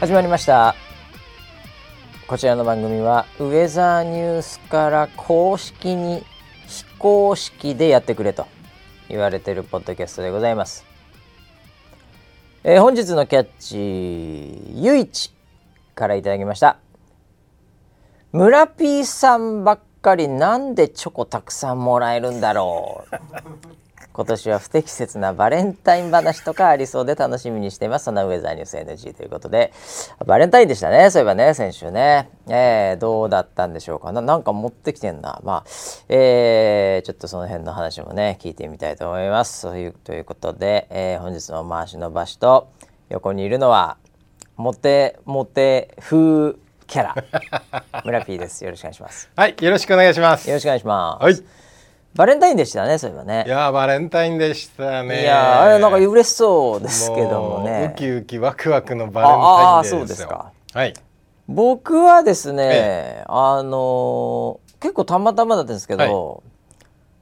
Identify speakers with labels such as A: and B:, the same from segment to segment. A: 始まりましたこちらの番組はウェザーニュースから公式に非公式でやってくれと言われてるポッドキャストでございます、えー本日のキャッチゆいちからいただきました村 P さんばっかりなんでチョコたくさんもらえるんだろう今年は不適切なバレンタイン話とかありそうで楽しみにしています。そんなウェザーニュース NG ということで、バレンタインでしたね。そういえばね、先週ね。えーどうだったんでしょうかな。なんか持ってきてんな。まあ、えーちょっとその辺の話もね、聞いてみたいと思います。そういうということで、えー本日の回しの場所と、横にいるのは、モテ、モテ風キャラ、村 P です。よろしくお願いします。
B: はい、よろしくお願いします。
A: よろしくお願いします。
B: はい、い
A: バレンタインでしたね、そういえばね。
B: やーバレンタインでしたね。
A: いやーあれなんか揺れそうですけども
B: う
A: ね
B: ウキウキワクワクのバレンタインデーですよ。
A: ああそう
B: はい。
A: 僕はですね、
B: え
A: あのー結構たまたまだったんですけど、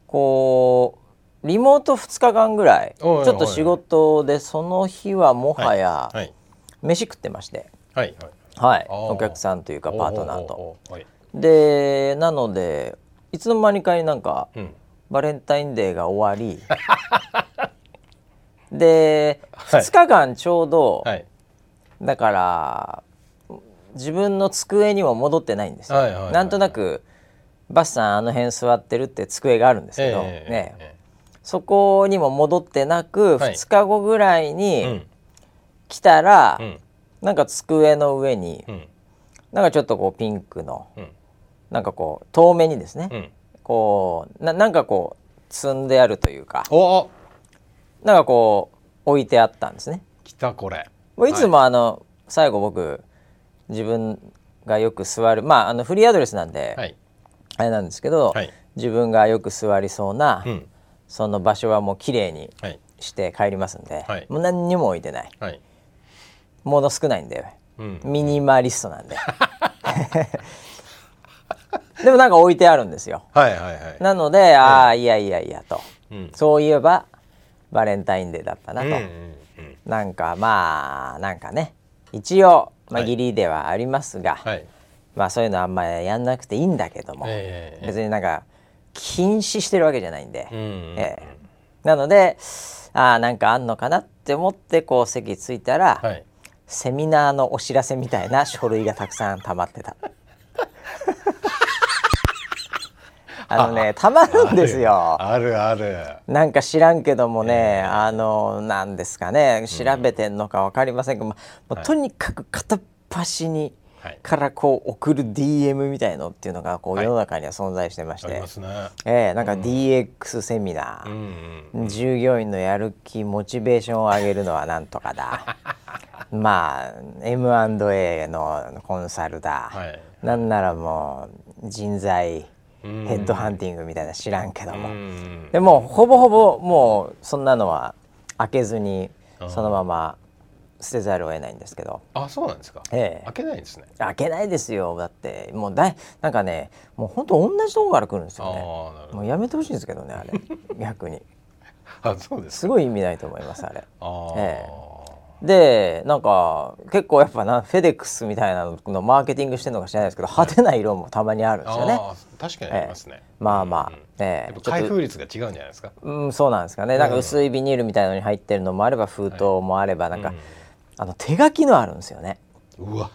A: こうリモート2日間ぐらいち
B: おいお
A: ょ
B: い
A: っと仕事でその日はもはや
B: はい。
A: 飯食ってまして、
B: はい。
A: はい、
B: あー
A: お客さんというかパートナーと。
B: おー。おーおーはい。
A: でなのでいつの間にかになんか
B: うん。
A: バレンタインデーが終 わりで
B: はい
A: 2日間ちょうど、
B: はい。
A: だから自分の机にも戻ってないんですよ、
B: はいはいはい
A: なんとなくバスさんあの辺座ってるって机があるんですけど、ね、
B: え
A: そこにも戻ってなく、
B: はい
A: 2日後ぐらい
B: え
A: に来たら、
B: うん。うん。
A: なんか机の上に
B: うん。
A: なんかちょっとこうピンクの
B: うん。
A: なんかこう遠目にですね、
B: うん。
A: こうななんかこう積んであるというか
B: おお。
A: なんかこう置いてあったんですね。
B: 来たこれ。
A: もういつもあの、最後僕自分がよく座るまああのフリーアドレスなんで、
B: はい。
A: あれなんですけど、
B: はい
A: 自分がよく座りそうな、
B: うん。
A: その場所はもう綺麗に
B: はい。
A: して帰りますんで、
B: はい
A: もう何にも置いてない
B: はい。
A: 物少ないんで
B: うん。
A: ミニマリスト なんで でもなんか置いてあるんですよ
B: はいはいはい。
A: なのでああいやいやいやと
B: うん。
A: そういえばバレンタインデーだったな
B: う
A: と、
B: ん。うんうん。
A: なんかまあなんかね一応、まあ、
B: はい
A: 義理ではありますが、
B: はい。
A: まあそういうのあんまりやんなくていいんだけども、
B: えええ
A: 別になんか禁止してるわけじゃないんで、
B: え。うん。
A: ええなのでああなんかあんのかなって思ってこう席着いたら、
B: はい。
A: セミナーのお知らせみたいな書類がたくさん溜ま ってた。あのね溜まるんですよ。
B: あるある。
A: なんか知らんけどもね、あのなんですかね調べてんのか分かりませんけど、まあもうとにかく片っ端に、
B: はい
A: からこう送る DM みたいのっていうのがこう
B: はい
A: 世の中には存在してまし
B: あ
A: て、
B: りますね。
A: ええなんか DX セミナ
B: うん
A: ー、
B: うん。
A: 従業員のやる気モチベーションを上げるのはなんとか だまあ M&A のコンサルだ、
B: はい
A: なんならもう人材ヘ
B: うん
A: ッドハンティングみたいな知らんけども。
B: うん
A: でもうほぼほぼもうそんなのは開けずに
B: あー
A: そのまま捨てざるを得ないんですけど、
B: あ、そうなんですか。
A: ええ
B: 開けないんですね。
A: 開けないですよだってもうだいなんかねもうほんと同じとこから来るんです
B: あ
A: よ
B: あ
A: ね
B: ー、なるほ
A: もうやめてほしいんですけどねあれ 逆に
B: ど。あ、そうです。
A: すごい意味ないと思いますあれ
B: ああ、
A: えでなんか結構やっぱなフェデックスみたいなののマーケティングしてるのか知らないですけど派手な色もたまにあるんですよね
B: ああ、確かにありますね。
A: まあまあ、え
B: や
A: えちょ
B: っ
A: っ
B: ぱ
A: と
B: 開封率が違うんじゃないですか。
A: うん、そうなんですかねなんか薄いビニールみたいのに入ってるのもあれば封筒もあればなんか、
B: うん
A: あの手書きのあるんですよね
B: うわ、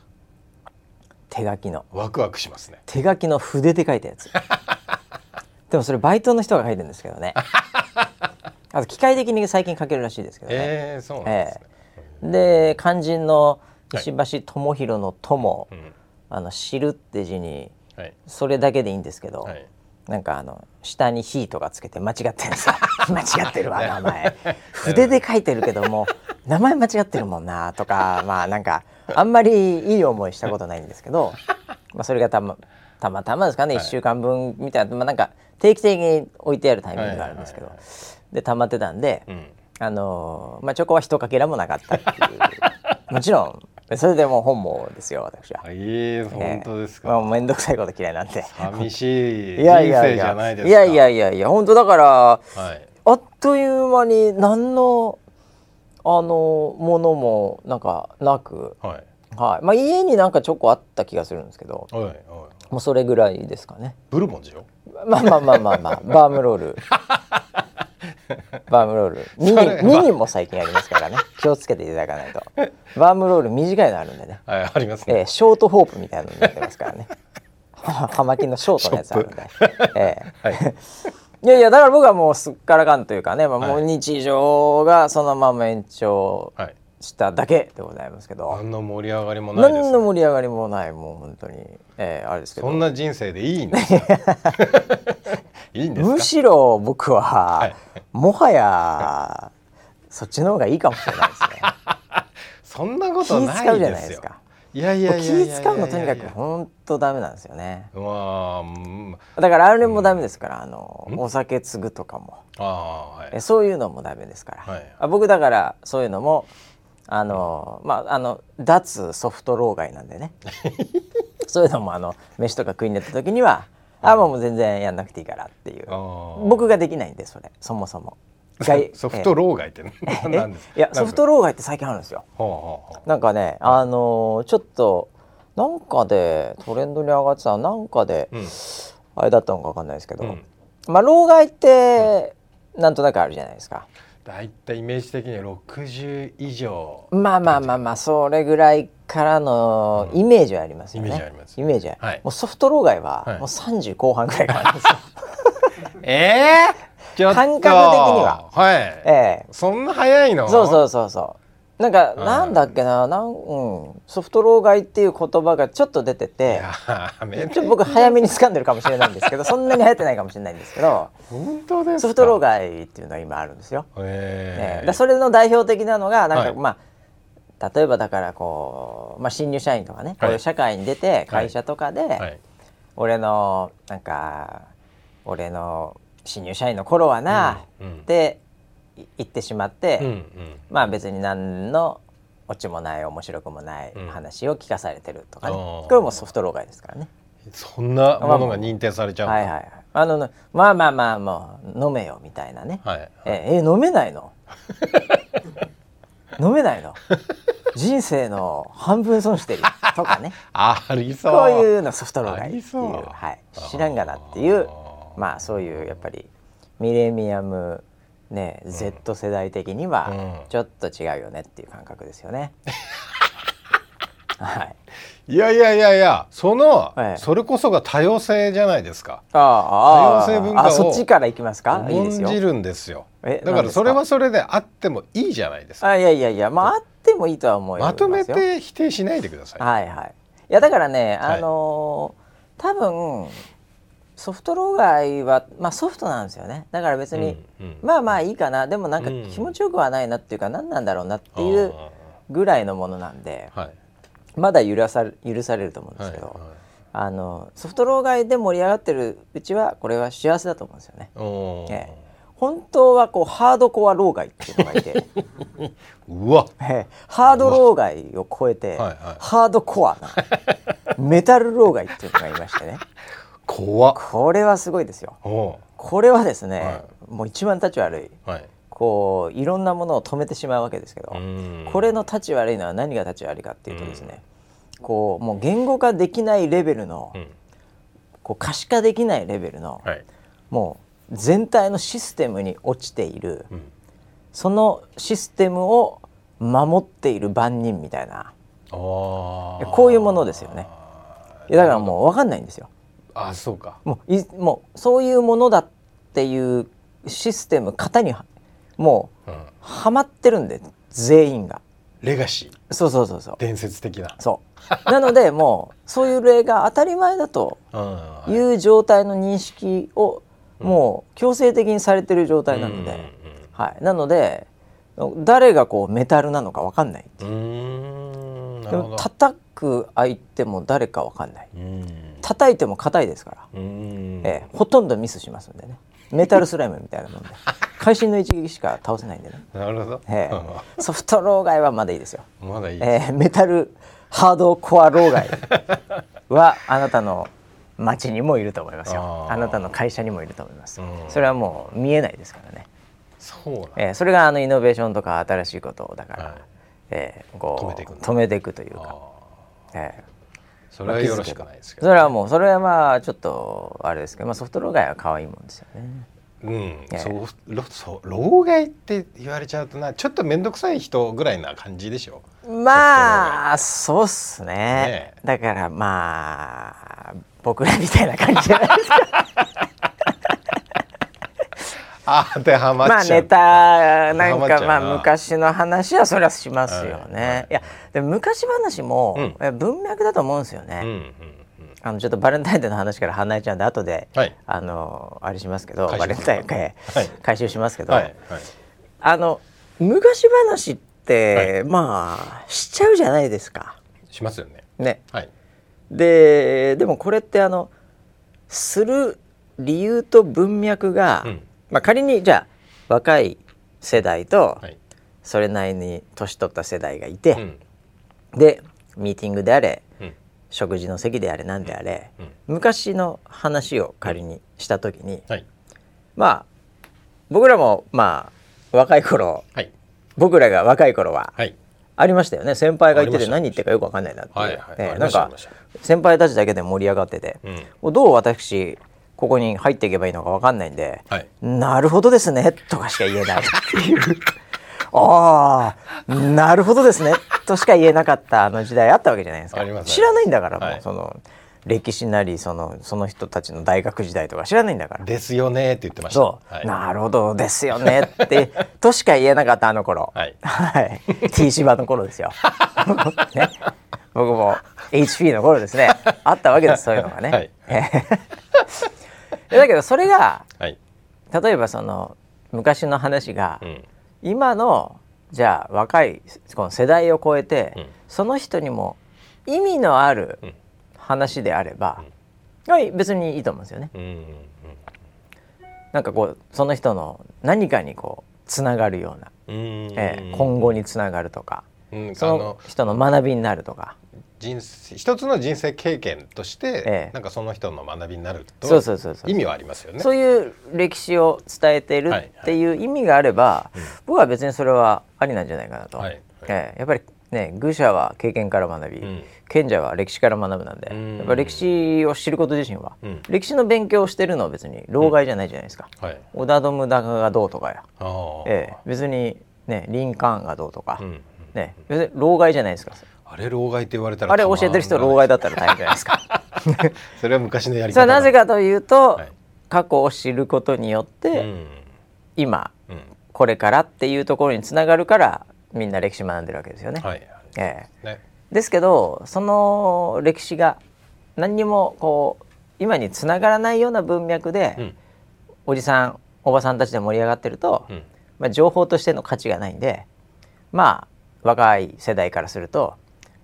A: 手書きの
B: ワクワクしますね。
A: 手書きの筆で書いた やつでもそれバイトの人が書いてるんですけど ねあと機械的に最近書けるらしいですけどね、
B: ええ、そうなんですね。
A: で肝心の
B: はい
A: 石橋智弘の「友
B: う」ん
A: あの「知る」って字に
B: はい。
A: それだけでいいんですけど、
B: はい。
A: なんかあの下に「ひ」とかつけて間違ってるんです よ間違ってるわ名前筆で書いてるけども名前間違ってるもんなとか まあなんかあんまりいい思いしたことないんですけど、まあ、それがたまたまたまですかね、
B: はい
A: 1週間分みたいな,、まあ、なんか定期的に置いてあるタイミングがあるんですけど、
B: はいは
A: で溜まってたんで、
B: うん。
A: あのーまあ、チョコは一かけらもなかったっていう もちろんそれでもう本望ですよ私は。
B: はいええ、本当です
A: まあ、
B: か。
A: 面倒くさいこと嫌いなんで。
B: 寂しい
A: い
B: 人
A: やいや
B: 生
A: い
B: じゃ
A: や
B: ない
A: い
B: ですか。
A: やいやいやいや本当だから
B: はい。
A: あっという間に何のあのものもなんかなく
B: はい。
A: はいまあ、家になんかチョコあった気がするんですけど
B: おいおい
A: もうそれぐらいですかね
B: ブルボンジよ
A: まあまあまあまあ まあバームロールバームロールミ
B: それは
A: ニミニも最近ありますからね気をつけていただかないとバームロール短いのあるんでね、
B: はいあります
A: え
B: ね
A: えショートホープみたいなのになってますからね は葉巻のショートのやつあるんで、ええ
B: はい
A: いやいやだから僕はもうすっからかんというかね、まあ、
B: はい
A: もう日常がそのまま延長
B: はい
A: しただけでございますけど、
B: 何の盛り上がりもないです
A: 何の
B: ね
A: 盛り上がりもないもう本当に、えー、あれですけ
B: そ
A: ど
B: んな人生でいいんで すかいいんですか
A: むしろ僕は、
B: い
A: もはやそっちの方がいいかもしれないですね。
B: そんなこ
A: 気
B: とな
A: 使う
B: い
A: じゃな
B: で
A: い
B: す
A: です
B: よ
A: か。
B: いやい
A: もう
B: やいやい
A: 気
B: や
A: 使うのとにか
B: い
A: く
B: やいや
A: 本当ダメなんですよね。
B: うわーうん
A: だからあれもダメですから、あのお酒継ぐとかも
B: ああはい
A: えそういうのもダメですから。
B: はい
A: あ僕だからそういうのもあのまああの脱ソフト老害なん でね。そういうのもあの飯とか食いに行った時には、あもう全然やんなくていいからっていう
B: あ。ー
A: 僕ができないんでそれそもそも外
B: ソフト老害って
A: え
B: 何
A: え
B: なんです
A: いやソフト老害って最近あるんですよ
B: ほうほうほう
A: なんかねあのーちょっとなんかでトレンドに上がってたなんかで、
B: うん
A: あれだったのかわかんないですけど、
B: うん
A: まあ老害って、なんとなくあるじゃないですか
B: だいたいイメージ的には60以上
A: まあまあまあまあそれぐらいからのイメージはありますよね、
B: イメージはあります
A: イメージは、
B: はい
A: もうソフト老害は、
B: はい
A: もう30後半ぐらいからなんです よ
B: えー、ちょっと
A: 感覚的には
B: はい、
A: ええ
B: そんな早いの
A: そうそううそうそう。なんか、
B: うん
A: なんだっけな、なん、うん、ソフト老害っていう言葉がちょっと出てて。
B: やめ
A: ちょ
B: て
A: っと僕早めに掴んでるかもしれないんですけど、そんなに流行ってないかもしれないんですけ ど。
B: 本当ですか
A: ソフト老害っていうのが今あるんですよ。ええ
B: ええ
A: だそれの代表的なのが、なんか、
B: はい
A: まあ。例えばだからこう、まあ、新入社員とかね、こういう社会に出て会社とかで、
B: はい
A: 俺のなんか俺の新入社員の頃はな、
B: うんうん
A: ってい言ってしまって、
B: うんうん
A: まあ別に何のオチもない面白くもない
B: うん
A: 話を聞かされてるとかね、
B: あー
A: これもソフト老害ですからね
B: そんなものが認定されちゃう
A: はいはいはいあのまあまあまあもう飲めよみたいなね、
B: はい、はい、
A: ええ飲めない の飲めないの人生の半分損 してるよとかね
B: ありそう
A: こういううのソフト老害ってい
B: あり
A: う
B: そう
A: はい、知らんがなっていうまあそういうやっぱりミレミアムね Z 世代的には
B: うん
A: ちょっと違うよねっていう感覚ですよ ね。はい。
B: いやいやいやいやその、
A: はい
B: それこそが多様性じゃないですか
A: あああ
B: 多様性文化を
A: あそっちから行きますか。いいで
B: 重
A: すよ。
B: んじるんですよ
A: え
B: だ
A: 何
B: か
A: です
B: ら
A: か
B: それはそれであってもいいじゃないですか
A: あいやいやいやまああってもいいとは思います
B: ま
A: よ。
B: とめて否定しないでください
A: はいはい。いやだからね
B: はい
A: あのー多分ソフト老害はまあソフトなんですよね。だから別に、
B: うんうん
A: まあまあいいかなでもなんか
B: うん
A: 気持ちよくはないなっていうか何なんだろうなっていうぐらいのものなんで。
B: あーはい
A: まだ許され許されると思うんですけど、あのソフト老害で盛り上がってるうちはこれは幸せだと思うんですよね。
B: おー
A: ええ本当はこうハードコア老害っていうのがい て
B: うわ
A: ええハード老害を超えて、
B: はいはい
A: ハードコアなメタル老害っていうのがいましてね
B: 怖っ
A: これはすごいですよ。
B: お
A: これはですね、
B: は
A: もう一番立ち悪い
B: ーはい
A: こういろんなものを止めてしまうわけですけど、
B: うん
A: これの立ち悪いのは何が立ち悪いかっていうとですね、こうもう言語化できないレベルの、
B: うん
A: こう可視化できないレベルの、
B: はい
A: もう全体のシステムに落ちている、
B: うん
A: そのシステムを守っている番人みたいな
B: あー
A: こういうものですよねいやだからもう分かんないんですよ
B: あそうか
A: もういもうそういうものだっていうシステム型にはもう
B: うん
A: はまってるんで全員が
B: レガシー
A: そうそうそうそう
B: 伝説的な
A: そうなのでもうそういう例が当たり前だと
B: うんはい
A: いう状態の認識をもう強制的にされてる状態なので、はい、なので誰がこうメタルなのかわかんない
B: うんうんうんうーんな
A: で
B: るほ
A: も
B: ど
A: 叩く相手も誰かわかんない
B: うん
A: 叩いても硬いですから、
B: うん
A: ええほとんどミスしますんでねメタルスライムみたいな もんで会心の一撃しか倒せないんでね、
B: なるほど
A: ええソフト老害はまだいいですよ、
B: うん まだいい
A: ええメタルハードコア老害はあなたの町にもいると思いますよ
B: あー
A: あなたの会社にもいると思います
B: うん
A: それはもう見えないですからね
B: そうなん
A: えーそれがあのイノベーションとか新しいことをだから、
B: はい
A: えーこう
B: 止めていくんだ
A: 止めていくという
B: あ
A: か、
B: ー
A: ええ
B: それはよろしくないですけど、
A: それはもうそれはまあちょっとあれですけど、まあ、ソフト老害は可愛いもんですよね
B: うん、
A: え
B: そうろそう老害って言われちゃうとなちょっと面倒くさい人ぐらいな感じでしょ
A: まあそうっすね
B: ねえ
A: だからまあ僕らみたいな感じじゃないですか
B: あ当てはまっちゃ
A: まあ
B: う、
A: ネタなん
B: ハマっ
A: か
B: ちゃ
A: ま
B: うな
A: あ昔の話はそれはしますよね、
B: はい
A: い
B: はい
A: やでも昔話も、
B: うん
A: え文脈だと思うんですよね、
B: うんうんうん
A: あのちょっとバレンタインデーの話から離れちゃうんで後で、
B: はい
A: あのあれしますけど
B: 回収
A: バレンタイン会、
B: はい
A: 回収しますけど、
B: はいはい
A: あの昔話って、まあしちゃうじゃないですか。
B: しますよね
A: ね、
B: はい
A: ででもこれってあのする理由と文脈が、
B: うん
A: まあ、仮にじゃあ若い世代と
B: はい
A: それなりに年取った世代がいて、
B: うん
A: でミーティングであれ
B: うん
A: 食事の席であれなんであれ、
B: うん
A: 昔の話を仮にした時に、
B: はい
A: まあ僕らもまあ若い頃
B: はい
A: 僕らが若い頃は
B: はい
A: ありましたよね先輩が言ってて
B: あ
A: 何
B: り
A: 言ってるかよくわかんないなっていう、
B: はいはい
A: ね
B: あ
A: な
B: りま
A: ん
B: した
A: か先輩たちだけで盛り上がってて、
B: うん
A: どう私ここに入っていけばいいのかわかんないんで、
B: はい
A: なるほどですねとかしか言えないああなるほどですねとしか言えなかったあの時代あったわけじゃないですか
B: あります
A: 知らないんだからもう、
B: はい
A: その歴史なりそのその人たちの大学時代とか知らないんだから
B: ですよねって言ってました
A: そう、
B: はい
A: なるほどですよねってとしか言えなかったあの頃
B: はい
A: はい、T 芝の頃ですよ、 ね、僕も HP の頃ですねあったわけですそういうのがね、
B: はい
A: だけどそれが
B: はい
A: 例えばその昔の話が、
B: うん
A: 今のじゃあ若いこの世代を超えて、
B: うん
A: その人にも意味のある
B: うん
A: 話であれば、はい別にいいと思うんですよね。
B: うんうん
A: なんかこうその人の何かにこうつながるような、
B: うんうん
A: ええ今後につながるとか
B: うん
A: そ
B: あ
A: の
B: の
A: 人の学びになるとか
B: 人生一つの人生経験として、
A: ええ
B: なんかその人の学びになると
A: そうそうそうそう
B: 意味はありますよね。
A: そういう歴史を伝えている
B: はいはい
A: っていう意味があれば、僕は別にそれはありなんじゃないかなと、
B: はいはい
A: ええやっぱりね愚者は経験から学び、
B: ん
A: 賢者は歴史から学ぶなんで、
B: ん
A: やっぱ歴史を知ること自身は、
B: うん
A: 歴史の勉強をしてるのは別に老害じゃないじゃないですか。
B: はい。
A: 織田信長がどうとかや、
B: ああ、
A: ええ別にねリンカーンがどうとか、
B: うん。
A: ね別に老害じゃないですか
B: あれ老害って言われたら
A: あれ教えてる人老害だったら大変じゃないですか。
B: た。 それは昔のや り
A: それ
B: 方
A: はなぜ
B: か。
A: かというと、
B: はい
A: 過去を知ることによって、
B: うん。
A: 今
B: うん。
A: これからっていうところにつながるからみんな歴史学んでるわけですよね。
B: はい。
A: え
B: ね。
A: えですけどその歴史が何にもこう今につながらないような文脈で、
B: うん。
A: おじさんおばさんたちで盛り上がってると、
B: うん。
A: まあ、情報としての価値がないんでまあ若い世代からすると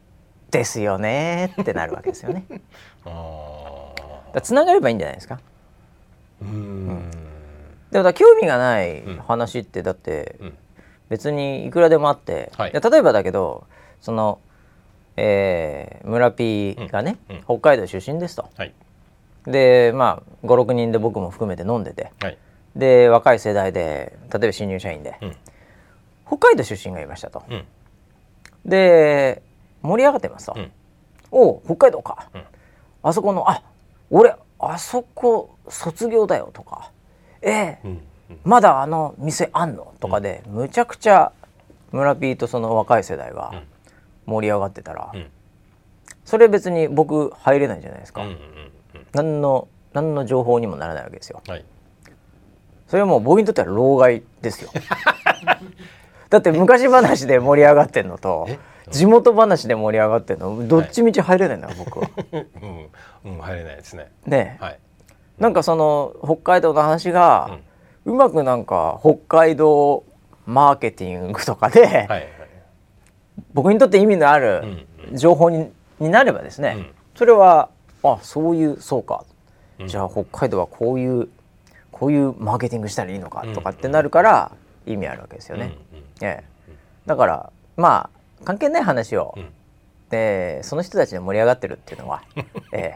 A: 「ですよね」ってなるわけですよ ね。だか
B: ああ。
A: らつながればいいんじゃないですか。
B: うん。
A: でもだから興味がない話ってだって
B: うん。
A: 別にいくらでもあって、
B: はい
A: で例えばだけどその、えー村 P がね、
B: うんうん
A: 北海道出身ですと
B: はい。
A: でまあ56人で僕も含めて飲んでて
B: はい。
A: で若い世代で例えば新入社員で、
B: うん。
A: 北海道出身がいましたと
B: うん。
A: で盛り上がってますと、
B: うん
A: おお北海道か、
B: うん
A: あそこのあ俺あそこ卒業だよとかえー
B: うん。
A: まだあの店あんのとかで、むちゃくちゃ村 P とその若い世代が盛り上がってたら、
B: うん
A: それ別に僕入れないじゃないですか、
B: うん。うん。うん。
A: 何の何の情報にもならないわけですよ
B: はい。
A: それはもう僕にとっては老害ですよ だって昔話で盛り上がってんのと
B: え
A: 地元話で盛り上がってんのどっちみち入れないんだよ僕は
B: うん。うん。入れないですね。
A: ねえ
B: はい。
A: なんかその北海道の話が、うまくなんか北海道マーケティングとかで、
B: はい。
A: 僕にとって意味のあ
B: う
A: る
B: ん
A: 情報にになればですね、
B: うん
A: それはあそういうそうか、
B: うん
A: じゃあ北海道はこういうこういうマーケティングしたらいいのかとかってなるから意味あるわけですよね。ええ、だからまあ関係ない話を、
B: うん
A: ええその人たちで盛り上がってるっていうの は、え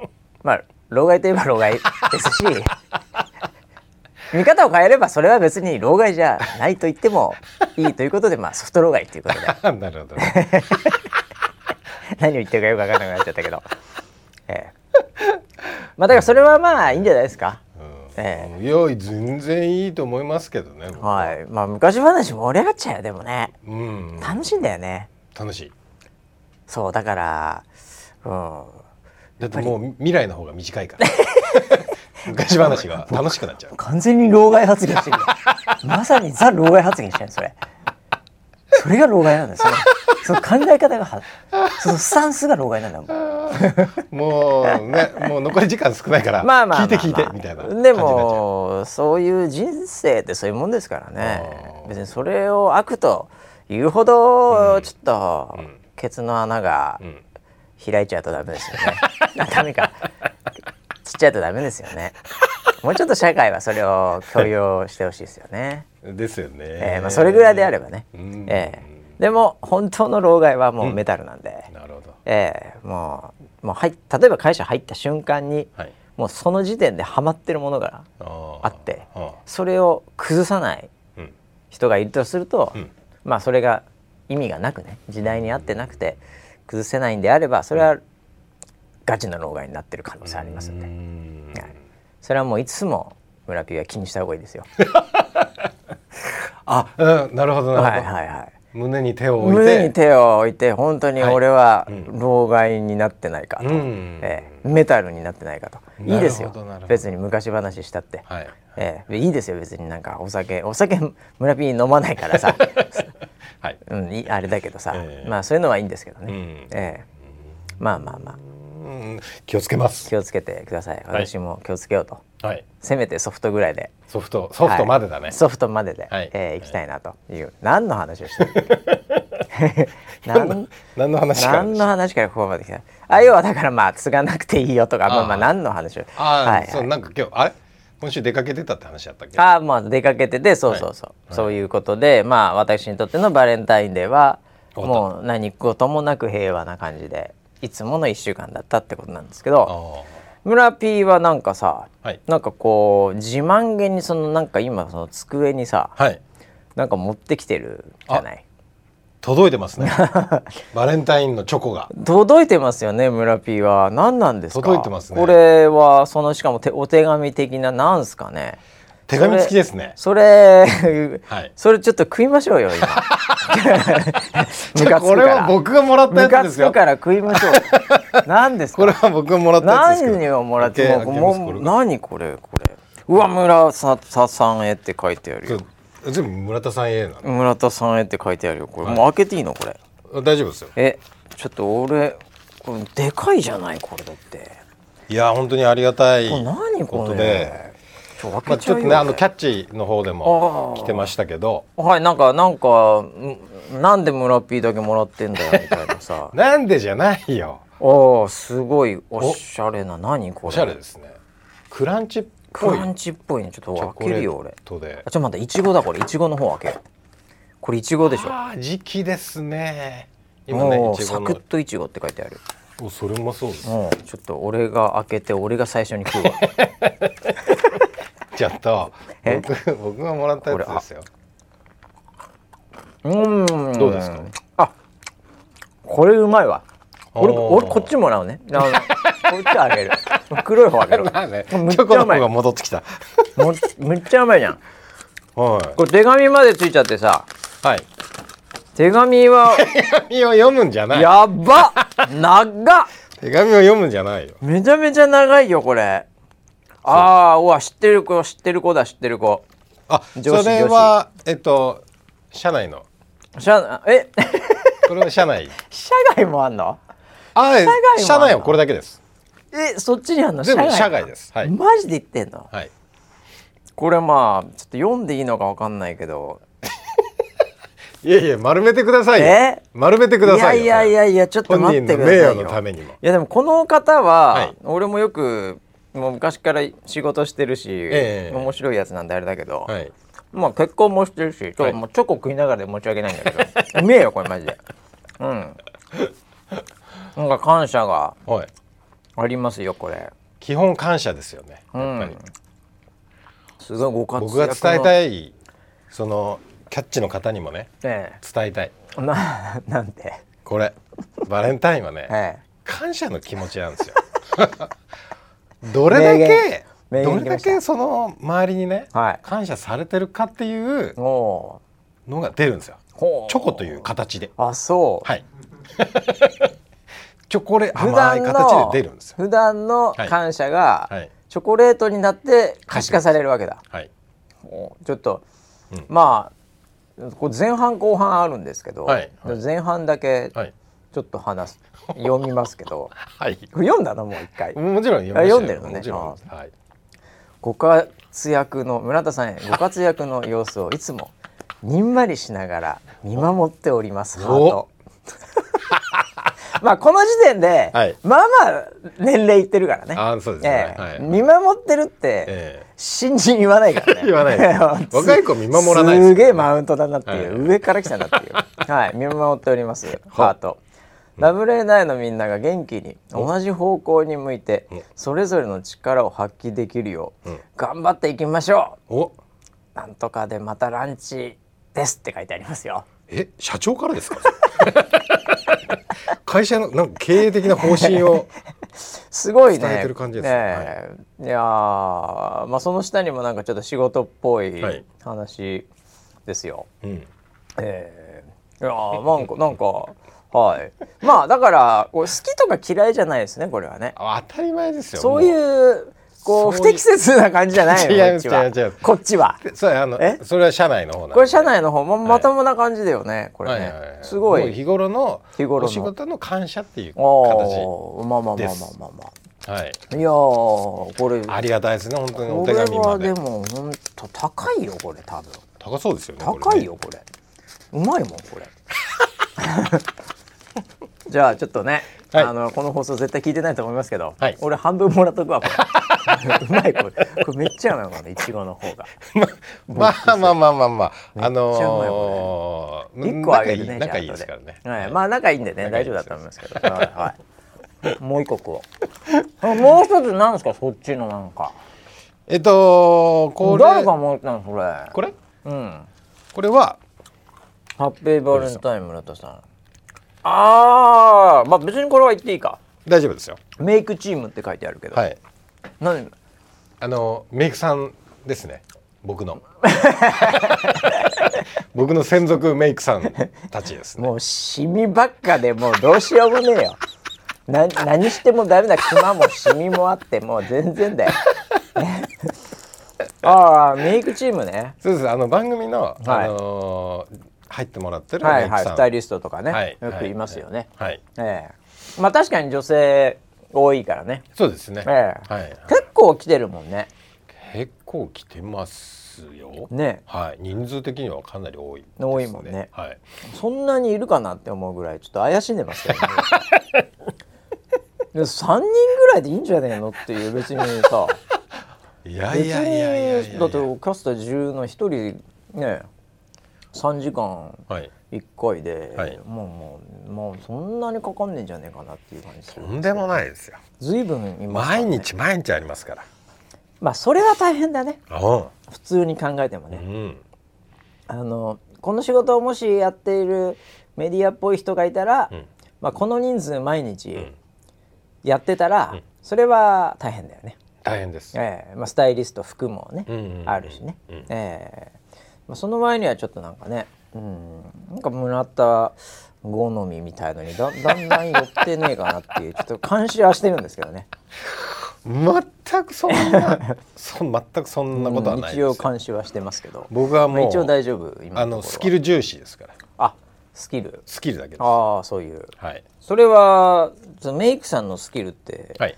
A: えまあ老害といえば老害ですし 見方を変えればそれは別に老害じゃないと言 ってもいいということで、まあ、ソフト老害ということで。
B: うん。なるほど。
A: 何を言ってるかよく分からなくなっちゃったけど、ええ、まあだからそれはまあいいんじゃないですか、え
B: うん、いや全然いいと思いますけどね、僕
A: はいまあ昔話盛り上がっちゃうよでもね
B: うん、
A: 楽しいんだよね
B: 楽しい
A: そうだからうん
B: だってもう未来の方が短いから 昔話が楽しくなっちゃう
A: 完全に老害発言して るよまさにザ老害発言してるそれそれが老害なんだよそのその考え方がはそのスタンスが老害なんだもん
B: もう ねもう残り時間少ないから
A: まあまあまあまあ
B: 聞いて聞いてみたいな感じにな
A: で
B: っちゃう
A: もそういう人生ってそういうもんですからね
B: うん
A: 別にそれを悪と言うほどちょっと、
B: うん
A: ケツの穴が
B: うん
A: 開いちゃうとダメですよね 中身がちっちゃいとダメですよねもうちょっと社会はそれを共有してほしいですよ ね、
B: ですよね、
A: えーまあ、それぐらいであればね、
B: うん
A: えーでも本当の老害はもうメタルなんで、
B: なるほど
A: えーもうもう入っ例えば会社入った瞬間に
B: はい
A: もうその時点でハマってるものが
B: あー
A: あって
B: あ
A: それを崩さない
B: ーうん
A: 人がいるとすると、
B: うん
A: まあそれが意味がなくね時代に合ってなくて崩せないんであればそれはガチの老害になってる可能性ありますんで、
B: うん
A: はいそれはもういつも村ピーが気にした方がいい ですよ。
B: あ、うん、なるほどなるほど、
A: はいはいはい。
B: 胸に手を置いて
A: 胸に手を置いて本当に俺は
B: はいうん
A: 老害になってないかと、
B: うん
A: ええメタルになってないかと
B: なるほど
A: いいですよ
B: なるほど
A: 別に昔話したって、
B: はい
A: ええいいですよ別になんかお酒お酒村ピー飲まないから さ、
B: はい
A: うん、いあれだけどさ、
B: ええ
A: まあそういうのはいいんですけど
B: う
A: ね、
B: ん
A: ええまあまあまあ
B: うん気をつけます
A: 気をつけてください
B: はい
A: 私も気をつけようと、
B: はい
A: せめてソフトぐらいで
B: ソフトソフトまでだ
A: は
B: ね
A: い、ソフトまでで、
B: はい
A: ええ行きたいなという、何の話をしてる 何
B: 何の話か
A: 何の話からここまで来たあ要はだからまあ継がなくていいよとかまあまあ
B: あー
A: 何の話を
B: ああ、
A: はいはい
B: そうなんか今日あれ今週出かけてたって話やったっけ
A: あーまあ出かけててそうそうそう、そういうことでまあ私にとってのバレンタインデーは
B: 終わった
A: もう何事もなく平和な感じでいつもの1週間だったってことなんですけど
B: あ
A: 村 P はなんかさ、
B: はい
A: なんかこう自慢げにそのなんか今その机にさ
B: ーはい
A: なんか持ってきてるじゃない
B: 届い てますねバレンタインのチョコが
A: 届いてますよね村 P は何なんですか
B: 届いてますね
A: これはそのしかも手お手紙的ななんすかね
B: 手紙付きですね
A: それ、
B: はい
A: それちょっと食いましょうよ 今ムカつくから
B: これは僕がもらった
A: ム
B: や
A: カ
B: つです
A: つく
B: よ
A: から食いましょう何です
B: これ
A: か
B: は僕がもらったやつですけど
A: 何をもらっても
B: 開
A: う
B: け開けます
A: も
B: これ
A: う何これこれうわ村さささんへって書いてあるよ
B: そう全部村田さん A な
A: 村田さんへって書いてあるよこれ、もう開けていいのこれ
B: の大丈夫ですよ
A: えちょっと俺これでかいじゃないこれだって
B: いや本当にありがたい
A: これ何
B: こ
A: ことれ
B: で
A: ちょ
B: ま
A: 開
B: あ
A: け
B: ち
A: ち
B: ょ
A: ゃ
B: っ
A: う
B: と
A: よ、
B: ねあの
A: こ
B: キ
A: れ
B: ャッチの方でも
A: あー
B: 来てましたけど
A: はいなんかなんかんなんで村ピーだけもらってんだよみたいなさ
B: なんでじゃないよ
A: ああすごいおしゃれな何これ
B: おしゃれですねクランチっ
A: ク
B: ぽい
A: ランチっぽいねちょっ
B: チョ
A: と
B: コ
A: 開ける
B: レ
A: よ俺
B: ートで
A: あちょっと待っていちごだこれいちごの方開けようこれいちごでしょ
B: あー時期ですね今ね
A: も
B: いうち
A: サ
B: ご
A: ク
B: の
A: ッといちごって書いてある
B: おそれうまそうです
A: もうちょっと俺が開けて俺が最初に食うわ
B: ちょっと
A: え
B: 僕 僕がもらったやつですよ
A: うーん
B: どうですか
A: あこれうまいわ俺
B: おー
A: 俺こっちもらうねあのこっち開ける黒い方開ける
B: まあねチ
A: めっちゃ
B: ョコの
A: うまい
B: 方が戻ってきた
A: もうめっちゃうまいじゃん
B: は
A: これ手紙までついちゃってさ
B: いはい
A: 手紙は
B: 手紙を読むんじゃない
A: やっば長っ
B: 手紙を読むんじゃないよ
A: めちゃめちゃ長いよこれああうわ知ってる子知ってる子だ知ってる子
B: あ
A: 上司
B: それはえっと社内の
A: 社え
B: これは 社内
A: 社外もあんの
B: あえ
A: 外も
B: 社
A: あんの
B: 内はこれだけです
A: えそっちにあんの
B: 全部社外ですはい
A: マジで言ってんの
B: はい
A: これまあちょっと読んでいいのかわかんないけど
B: いやいや丸めてくださいよ
A: え
B: 丸めてくださいよ
A: やいやいやいやちょっと待ってくださいよ
B: 本人の名誉のためにも
A: いやでもこの方は、
B: はい
A: 俺もよくもう昔から仕事してるし、
B: ええ
A: 面白いやつなんであれだけど、
B: はい
A: まあ結婚もしてるし、ちょ
B: はい
A: もうチョコ食いながらで申し訳ないんだけど、うめ えよこれマジで。うん。なんか感謝が
B: はい
A: ありますよこれ。
B: 基本感謝ですよねやっぱり、
A: すごいご活躍の。
B: 僕が伝えたいそのキャッチの方にもね
A: え
B: 伝えたい
A: えななんて
B: これバレンタインはね、
A: はい。
B: 感謝の気持ちなんですよ どれだけ
A: 名言名言
B: どれ
A: 来ま
B: だ
A: した
B: けその周りにね、
A: はい
B: 感謝されてるかっていう
A: おお
B: のが出るんですよ
A: ー。ほ
B: チョコという。形で
A: あ、そう。
B: はいチョコレ
A: 普
B: 甘
A: 段
B: い
A: の
B: 形で出るんですよ
A: 普段の
B: はい
A: 感謝が、
B: はい
A: チョコレートになって可視化されるわけだ。
B: はい
A: おちょっと、
B: うん
A: まあこう前半後半あるんですけど、
B: はいはい
A: 前半だけ
B: はい
A: ちょっと話す、読みますけど
B: はい
A: これ読んだのもう一回
B: もちろん読みました
A: あ
B: よ
A: 読んでるのね
B: もちろんはい
A: ご活躍の村田さんへご活躍の様子をいつもにんまりしながら見守っておりますハー ト。まあこの時点で、
B: はい
A: まあまあ年齢いってるからね。
B: あーそうですね
A: ええ
B: はい
A: 見守ってるって、
B: ええ
A: 新人言わないからね
B: 言わないで す若い子見守らないですすよね
A: げえマウントだなっていう、
B: はい
A: 上から来たなって いうはい見守っておりますハートラブレーナイのみんなが元気に同じ方向に向いて
B: お
A: それぞれの力を発揮できるよう
B: うん
A: 頑張っていきましょ
B: お
A: うなんとかでまたランチですって書いてありますよ
B: え社長か らですか会社のなんか経営的な方針 を
A: すごいね
B: 伝えてる感じですね
A: ええい、やーまあその下にもなんかちょっと仕事っぽい
B: はい
A: 話ですよ、
B: うん
A: えー、いやーなんかなんかはいまあだからこう好きとか嫌いじゃないですねこれはね
B: あ当たり前ですよ
A: そう
B: も
A: いうこう不
B: そういう
A: 適切な感じじゃないの
B: 違
A: こ
B: い
A: っ
B: ま
A: ち
B: す
A: は
B: 違う違う
A: こっちは
B: うそれあの
A: え
B: それは社内の方なんで
A: これ社内の方もまともな感じだよね、これ
B: は
A: ね、
B: いはいはい
A: すご
B: もう
A: い
B: 日頃の
A: 日頃の
B: お仕事の感謝っていう形
A: おーまあまあまあまあまあま
B: は
A: あ
B: い
A: いやーこれ
B: ありがたいですね本当にお
A: こ
B: 手
A: れ
B: 紙ま
A: は
B: で
A: でも本当高いよこれ多分
B: 高そうですよねこ
A: 高
B: れね
A: いよこれうまいもんこれ じゃあちょっとね、
B: はい
A: あのこの放送絶対聞いてないと思いますけど、
B: はい
A: 俺半分もらっとくわこれ うまいこれこれめっちゃうまいもんねいちごの方が
B: まあまあまあまあまああ
A: めっちゃうまい
B: のー
A: 一個あげるね
B: 仲いい
A: じゃあ後
B: 仲いいですからね
A: はい
B: はい
A: まあ仲いいんでね
B: 仲い
A: 大
B: いで
A: 丈夫
B: す
A: だと思いますけど、はいはい、もう一個こうあ もう一つなんですかそっちのなんか
B: えっとこれ
A: 誰が持ったのそれ
B: これ
A: うん
B: これは
A: ハッピーバレンタイン村田さんああまあ別にこれは言っていいか
B: 大丈夫ですよ
A: メイクチームって書いてあるけど、
B: はい
A: 何
B: あのメイクさんですね僕 の僕の専属メイクさんたちですね
A: もうシミばっかでもうどうしようもねえよ な何してもダメだクマもシミもあってもう全然だよ ああメイクチームね
B: そうですあの番組の、
A: はい
B: あのー入ってもらってるメイク
A: はい
B: さん
A: はいスタイリストとかね、
B: はい
A: よく言いますよね、
B: はい、
A: ええまあ確かに女性多いからね
B: そうですね、
A: ええ
B: はい
A: 結構来てるもんね
B: 結構来てますよ
A: ね
B: はい人数的にはかなり多いです、
A: 多いもんね
B: はい
A: そんなにいるかなって思うぐらいちょっと怪しんでますよね。 で3人ぐらいでいいんじゃねえのっていう別にさ
B: いや
A: 別
B: いやいやいやい
A: に
B: や
A: だってキャスター10の1人ね3時間
B: はい
A: 1回で、
B: はい
A: もうもうもうそんなにかかんねえんじゃねえかなっていう感じす
B: と
A: る
B: んでもないですよ
A: 随分いますから
B: 毎
A: ね
B: 日毎日ありますから
A: まあそれは大変だね
B: う
A: 普通に考えてもね、
B: ん、うん、
A: あのこの仕事をもしやっているメディアっぽい人がいたら、
B: うん
A: まあ、この人数毎日
B: ん
A: やってたら、それは大変だよね、
B: 大変です
A: ええまあ、スタイリスト服もね、
B: うんうんうん
A: あるしね、
B: うん
A: ええまあ、その前にはちょっとなんかね、うん、なんか村田好みみたいのにだだんだん寄ってねえかなっていうちょっと監視はしてるんですけどね
B: 全くそんなそん全くそんなことはないです
A: 一
B: よ
A: 応監視はしてますけど
B: 僕はもう、
A: まあ一応大丈夫今
B: あ
A: の
B: の
A: ところは
B: スキル重視ですから
A: あスキル
B: スキルだけですは
A: ああそういう
B: い
A: それはそのメイクさんのスキルって、
B: はい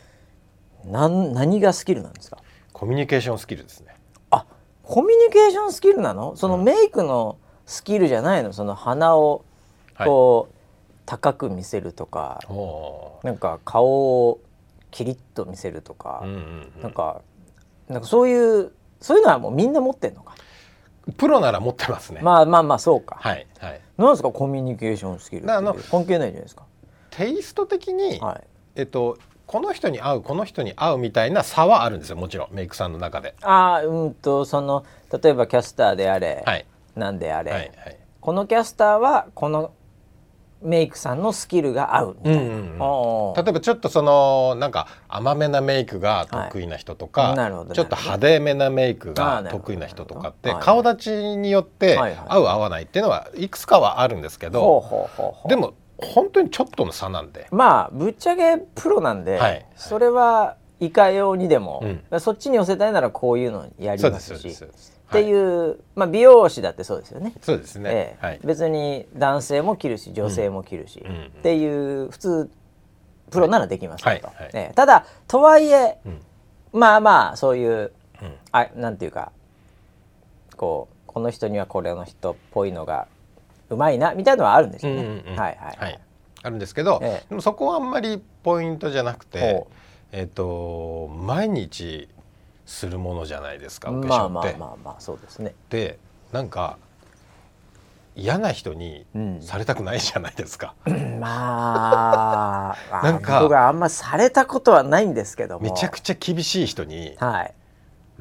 A: なん何がスキルなんですか
B: コミュニケーションスキルですね
A: あコミュニケーションスキルなのそのメイクのスキルじゃないのその鼻を
B: はい
A: こう、高く見せるとか
B: おお
A: なんか顔をキリッと見せるとか
B: ー、うんうん
A: なんかなんかそういうそういうのはもうみんな持ってんのか、
B: うん、プロなら持ってますね、
A: まあまあまあそうか、
B: はいはい
A: なんですかコミュニケーションスキルっていう
B: あの
A: 関係ないじゃないですか
B: テイスト的に、
A: はい
B: えっとこの人に合うこの人に合うみたいな差はあるんですよもちろんメイクさんの中で
A: あーうんとその例えばキャスターであれ、
B: はい
A: なんであれ、
B: はいはい
A: このキャスターはこのメイクさんのスキルが合うみたいな。
B: うんうんうん
A: おー
B: 例えばちょっとそのなんか甘めなメイクが得意な人とか、
A: はいなるほど
B: ちょっと派手めなメイク
A: あー
B: が
A: なるほど
B: 得意な人とかっ
A: な
B: て
A: るほど
B: 顔立ちによって
A: はいはい
B: 合う合わないっていうのはいくつかはあるんですけ
A: ほう
B: ど、
A: ほうほうほう
B: でも本当にちょっとの差なんで、
A: まあぶっちゃけプロなんで、
B: はい
A: それはいかようにでも、
B: うん
A: だからそっちに寄せたいならこういうのやり
B: そう
A: ま
B: です
A: す
B: そう
A: し
B: です
A: っ
B: そうです
A: て
B: はい
A: いう、まあ、美容師だってそうですよね。
B: そうですね
A: え、え
B: はい、
A: 別に男性も着るし女性も着るし、
B: うんうん
A: っていう普通プロならできますよと、
B: はいはい
A: ええただとはいえ、
B: うん
A: まあまあそういう
B: うん
A: あなんていうかこうこの人にはこれの人っぽいのがうまいなみたいなのはあるんですよね。
B: うんうんうん
A: はいはい、
B: はい、あるんですけど、
A: ええ
B: でもそこはあんまりポイントじゃなくて
A: ほう、
B: えっと毎日するものじゃないですかお化
A: まあ
B: 粧
A: ま
B: っ
A: あ
B: て。
A: まあまあそうです ね。
B: でなんか嫌な人に
A: うん
B: されたくないじゃないですか、
A: まあ
B: なんか
A: 僕はあんまされたことはないんですけども
B: めちゃくちゃ厳しい人に
A: はい、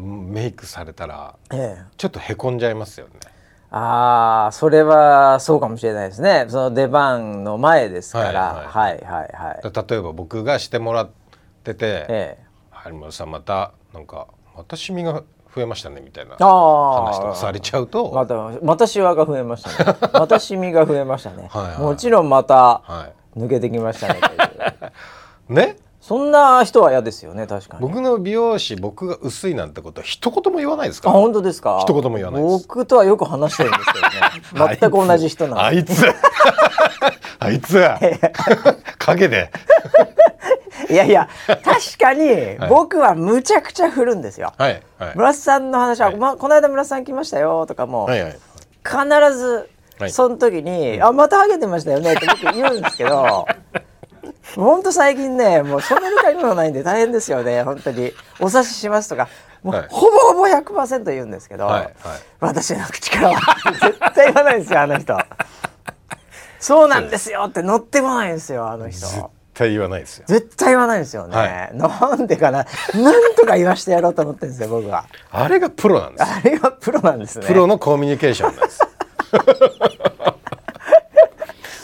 B: メイクされたら
A: ええ、
B: ちょっとへこんじゃいますよね。
A: ああそれはそうかもしれないですねその出番の前ですからは
B: はい
A: はいはい、
B: だ例えば僕がしてもらってて
A: ええ
B: 「有村さんまたなんかまたシミが増えましたね」みたいな話とか
A: あ
B: さ
A: あ
B: れちゃうと、
A: またまたシワが増えました ねまたシミが増えましたね
B: はいはい
A: もちろんまた
B: は
A: 抜けてきました ねという
B: い、ね
A: そんな人は嫌ですよね確かに
B: 僕の美容師僕が薄いなんてことは一言も言わないです
A: あ
B: か
A: 本当ですか
B: 一言も言わないです
A: 僕とはよく話してるんですけ ど
B: ら
A: ね全く同じ人なんです
B: あいつ あいつ 影で
A: いやいや確か に僕はむちゃくちゃ振るんですよ。
B: はいはい
A: 村瀬さんの話は、
B: はい
A: まこの間村瀬さん来ましたよとかも、
B: はいはい
A: 必ず
B: はい
A: その時に「あまたハゲてましたよね」って僕言うんですけど ほんと最近ねもう染めるかにもないんで大変ですよね本当に「お察しします」とかもう、
B: はい
A: ほぼほぼ100%言うんですけど、
B: はいはい
A: 私の口からは絶対言わないんですよあの人。そうなんですよって乗ってこないんですよあの人。
B: 絶対言わないですよ
A: 絶対言わないんですよね、
B: は
A: なんでかななんとか言わしてやろうと思ってるんですよ僕は
B: あれがプロなんですよ
A: あれはプロなんですね
B: プロのコミュニケーションなんです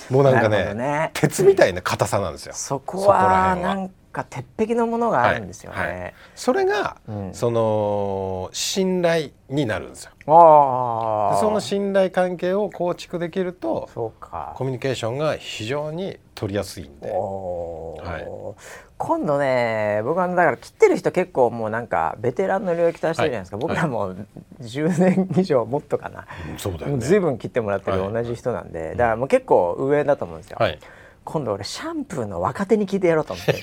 B: もうなん
A: なる
B: かね
A: ほどね
B: 鉄みたいな硬さなんですよ
A: そこ
B: そこら
A: は
B: 辺
A: な
B: は
A: んか鉄壁のものがあるんですよね、
B: はいはいそれが、その信頼になるんですよ
A: ああ
B: その信頼関係を構築できると
A: そうか
B: コミュニケーションが非常に取りやすいんで
A: おー
B: はい
A: 今度ね僕はだから切ってる人結構もうなんかベテランの領域としてるじゃないですか、
B: はい
A: 僕らもう10年以上もっとかな、
B: そうだ
A: も
B: よ
A: う
B: ね
A: 随分切ってもらってる
B: はい
A: 同じ人なんで、だからもう結構上だと思うんですよ、
B: はい
A: 今度俺シャンプーの若手に聞いてやろうと思ってる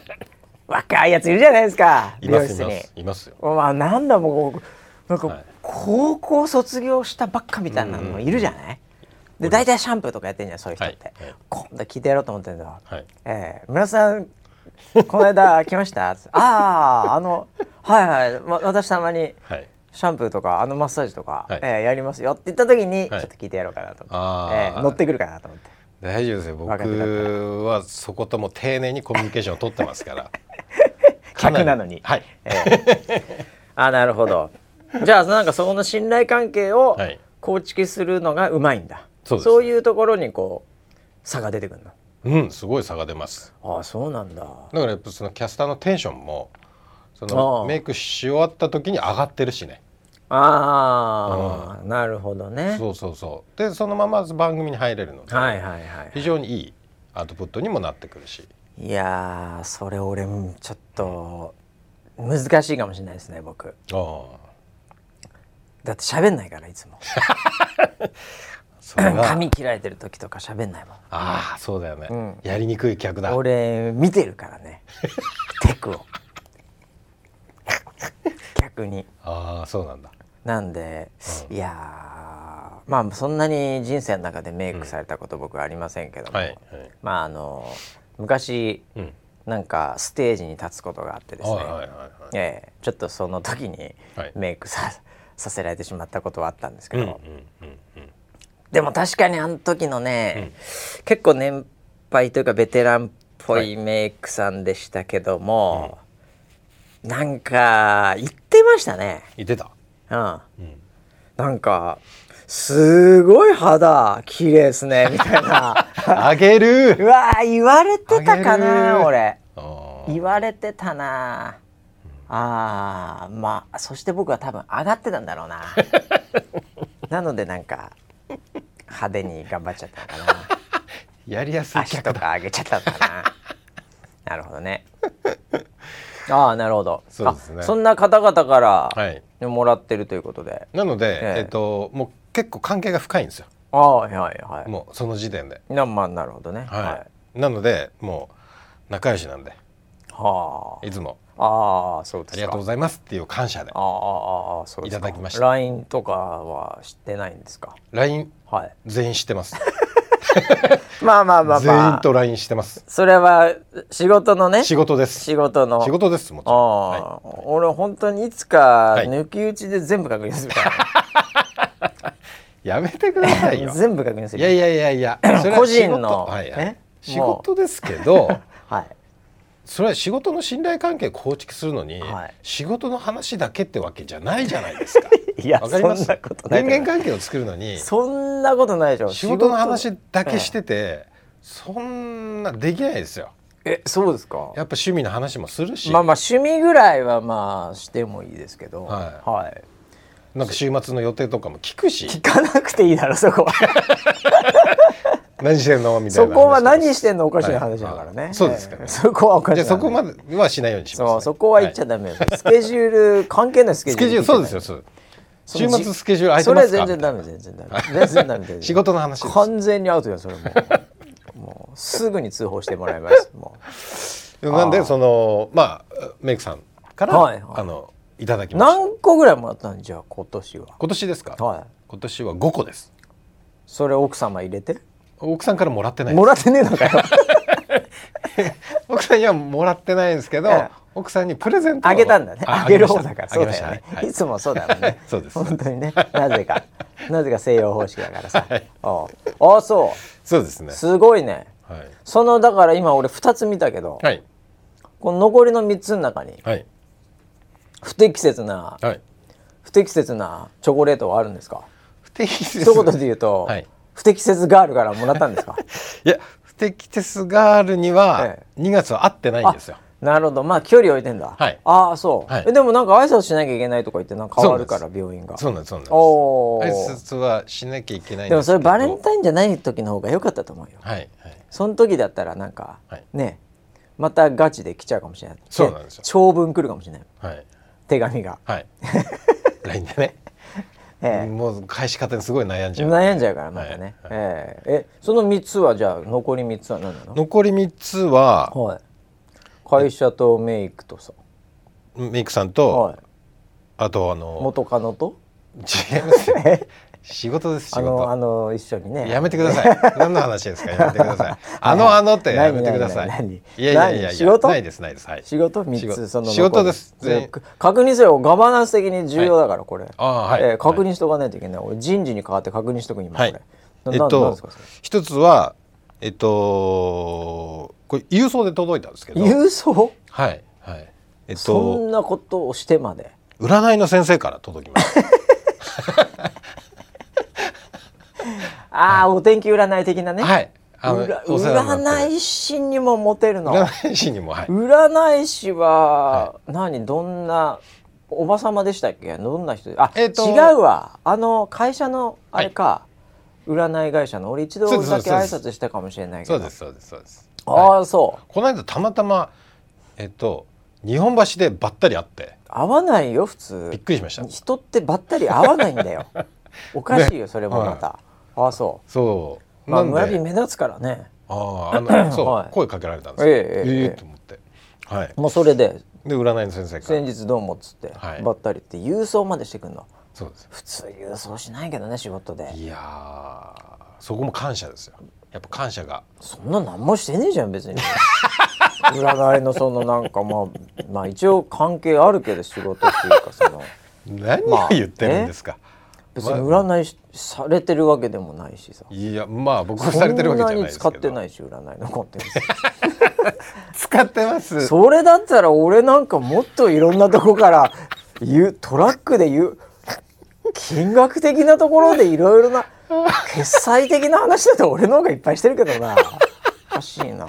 A: 若いやついるじゃないですか
B: い
A: 美
B: ま
A: 容
B: すい
A: 室
B: ま
A: に
B: すいますよ
A: まあなんだもうこうなん
B: は
A: か
B: い
A: 高校卒業したばっかみたいなのもいるじゃない、で大体シャンプーとかやってんじゃんそういう人って、
B: はいはい
A: 今度聞いてやろうと思ってるんだよ、
B: はい
A: ええ村さんこの間 来ましたあああのはいはい、わ私たまに
B: はい
A: シャンプーとかあのマッサージとか、
B: はい
A: ええやりますよって言った時に、
B: はい
A: ちょっと聞いてやろうかなと思
B: あ
A: って、
B: ー
A: ええ乗ってくるかなと思って
B: 大丈夫ですよ僕
A: 若手だった
B: はそことも丁寧にコミュニケーションを取ってますからかり
A: 客なのに
B: はい
A: あなるほどじゃあなんかそこの信頼関係を
B: はい
A: 構築するのがうまいんだ、
B: そうです
A: いうところにこう差が出てくるの
B: うんすごい差が出ます
A: ああそうなんだ
B: だからやっぱそのキャスターのテンションもそ
A: あ
B: の
A: ー
B: メイクし終わった時に上がってるしね
A: ああなるほどね
B: そうそうそうでそのまま番組に入れるので
A: はいはいはい
B: 非常にいいアウトプットにもなってくるし
A: いやーそれ俺うんちょっと難しいかもしれないですね僕
B: ああ
A: だって喋んないからいつも
B: それが
A: 髪切られてる時とか喋んないもん
B: ああそうだよね、
A: ん
B: やりにくい客だ
A: 俺見てるから ねテクを逆に
B: ああそうなんだ
A: なんで、いやーまあそんなに人生の中でメイクされたこと僕はありませんけども、
B: はいはい
A: まああの昔、
B: うん
A: なんかステージに立つことがあってですね、
B: はいはいはいはい
A: ええちょっとその時に
B: はい
A: メイクさ,、させられてしまったことはあったんですけど、
B: うんうんうん
A: でも確かにあの時のね、結構年配というかベテランっぽいメイクさんでしたけども、なんか言ってましたね。
B: 言ってた
A: うん、なんかすごい肌綺麗です ねみたいな
B: あげ
A: う
B: る
A: わー言われてたか
B: あげ
A: な
B: る
A: 俺
B: あー
A: 言われてたなあーまあそして僕は多分上がってたんだろう ななのでなんか派手に頑張っちゃったのか な
B: やりやすい
A: 足
B: 客
A: と
B: だ
A: か上げちゃったのかな なるほどねああなるほど
B: そうですね
A: あそんな方々から
B: はい
A: もらってるということで、
B: なので、
A: ええ
B: えっともう結構関係が深いんですよ
A: ああはいはい
B: もうその時点で
A: なまあなるほどね
B: はい、なのでもう仲良しなんで
A: はい
B: つも
A: あああそうで
B: あ
A: す
B: り
A: か
B: がとうございますっていう感謝で
A: ああああそうですか
B: いただきました
A: LINE とかは知ってないんですか
B: LINE
A: は
B: 全員知っ てます
A: いまあまあまあま
B: 全員
A: あ
B: と LINE してます
A: それは仕事のね
B: 仕事です
A: 仕事の
B: 仕事ですもち
A: あ
B: ろん
A: あ、
B: は
A: 俺本当にいつか
B: はい
A: 抜き打ちで全部確認するから、
B: いやめてくださいよ
A: 全部確認す
B: い
A: る
B: やいやいやいやそれは
A: 個
B: 仕事
A: 人の
B: はいはい
A: え
B: 仕事ですけど
A: はい
B: それは仕事の信頼関係を構築するのに、
A: はい
B: 仕事の話だけってわけじゃないじゃないですか
A: いや
B: わかります
A: そんなことない
B: 人間関係を作るのに
A: そんなことないでしょ
B: 仕事の話だけしてて、そんなできないですよ
A: えそうですか
B: やっぱ趣味の話もするし、
A: まあまあ趣味ぐらいはまあしてもいいですけど
B: は
A: はい
B: なんか週末の予定とかも聞くし
A: 聞かなくていいだろそこ は
B: 何してんのみたい
A: そ
B: な話
A: こは何してんのおかしい話だから
B: は
A: ね
B: いそうですか
A: ええ そこはおかしい
B: じゃあそこま
A: で
B: ではしないようにします、
A: そうそこは言っちゃダメですスケジュール関係ないスケ
B: ス
A: ジュー
B: ケ
A: ル
B: ジュールそうですよそう週末スケジュール空いて
A: そ
B: ま
A: れは
B: す
A: 全
B: か
A: 然ダメ全然ダメ全然ダメ全然ダメ
B: 仕事の話です
A: 完全にアウトだよそれもうもうすぐに通報してもらいますも
B: なんでそのまあメイクさんから、
A: はいはい
B: あのいただき
A: う
B: ました
A: 何個ぐらいもらったんじゃあ今年は
B: 今年ですか、
A: はい
B: 今年は5個です
A: それ奥様入れて
B: 奥さんからもらってないです
A: もらってねえのかよ
B: 奥さんにはもらってないんですけど、
A: ええ
B: 奥さんにプレゼントを
A: あげたんだね
B: あ
A: あげる方だから
B: あ
A: そう
B: げま
A: だ
B: した
A: よね
B: あげましたはい
A: いつもそうだもんね
B: そうです
A: 本当にねなぜ かなぜか西洋方式だからさおうああそ
B: そうですね
A: うすごいね
B: はい
A: そのだから今俺2つ見たけど
B: はい
A: この残りの3つの中に
B: はい
A: 不適切な
B: はい
A: 不適切なチョコレートはあるんですか
B: 不適切
A: 一言で言うと、
B: はい
A: 不適切ガールからもらったんです か
B: いや不適切ガールには
A: え
B: 2月は会ってないんですよ、
A: なるほどまあ距離置いてんだ、
B: はい
A: ああそう、
B: はい
A: えでもなんか挨拶しなきゃいけないとか言ってなんか変わるから
B: そう
A: 病院が
B: そうなんですそうなんです
A: おー
B: 挨拶はしなきゃいけないん
A: でもそれ
B: けど
A: バレンタインじゃない時の方が良かったと思うよ
B: はいはい
A: その時だったらなんか、
B: はい
A: ねまたガチで来ちゃうかもしれない
B: そうなんですよ
A: 長文来るかもしれない
B: はい
A: 手紙が、
B: はい LINE でね、
A: え
B: もう返し方にすごい悩ん
A: え
B: じゃう
A: 悩んじゃうからまたね、えええその3つはじゃあ残り3つは何なの
B: 残り3つは
A: はい会社とメイクとさ、
B: メイクさんと、
A: はい、
B: あとあの
A: 元カノと
B: 違いますよ仕事です
A: あ
B: 仕
A: のあ
B: 事
A: の一緒にね
B: やめてください何の話ですかやめてく ださいあのあのってやめてください
A: 何何
B: いやいやいや
A: 何
B: い
A: 仕
B: や
A: 事
B: ないですないですはい
A: 仕事
B: 仕
A: 3
B: 事
A: つその残り
B: 仕事です
A: それ
B: 全員
A: 確認せよガバナンス的に重要だからこれ、
B: ああはい、
A: えー確
B: はい
A: 認しとかないといけない、俺人事に代わって確認しとく今こ
B: は
A: れ、
B: い
A: な
B: え
A: な
B: っ
A: なんで
B: と
A: すかそれ
B: 一つはえっとこれ郵送で届いたんですけど
A: 郵送
B: はいはいえっ
A: そ
B: と
A: んなことをしてまで
B: 占いの先生から届きました
A: ああ、お天気占い的 なね、
B: はいあの
A: 占
B: お世話になって
A: 占
B: る
A: い師にもモテるの
B: 占い師にもはい
A: 占い師は、何どんなおばさまでしたっけどんな人あ、
B: えーと
A: 違うわあの会社のあれか、占い会社の俺一度
B: そうです
A: だけ
B: そう
A: 挨
B: です
A: 拶したかもしれないけど
B: そうですそうですそうです
A: ああそう
B: この間たまたまえっと日本橋でばったり会って
A: 合わないよ普通
B: びっくりしました
A: 人ってばったり合わないん だよおかしいよそれもまた、ああそ
B: そう
A: うまあ
B: なん
A: 村
B: で、
A: 人目立つからね
B: ああ あのそう、
A: はい
B: 声かけられたんですよ
A: ええええ
B: え
A: ええ
B: と思ってはい
A: もうそれで
B: で占いの先生から
A: 先日どうもっつって、
B: はい
A: ばったりって郵送までしてくんの
B: そうです
A: 普通郵送しないけどね仕事で
B: いやーそこも感謝ですよやっぱ感謝が
A: そんな何もしてねえじゃん別に 占いのそのなんかまあまあ一応関係あるけど仕事っていうかその
B: 何
A: まあ
B: を言ってるんですか、
A: 別に占いしされてるわけでもないしさ
B: いやまあ僕は
A: そ
B: されてるわ
A: ん
B: けじゃ
A: な
B: ない
A: に
B: ですけ
A: 使
B: ど
A: ってないし占いのコンテンツ
B: 使ってます
A: それだったら俺なんかもっといろんなとこから言うトラックで言う金額的なところでいろいろな決済的な話だと俺の方がいっぱいしてるけどなおかしいな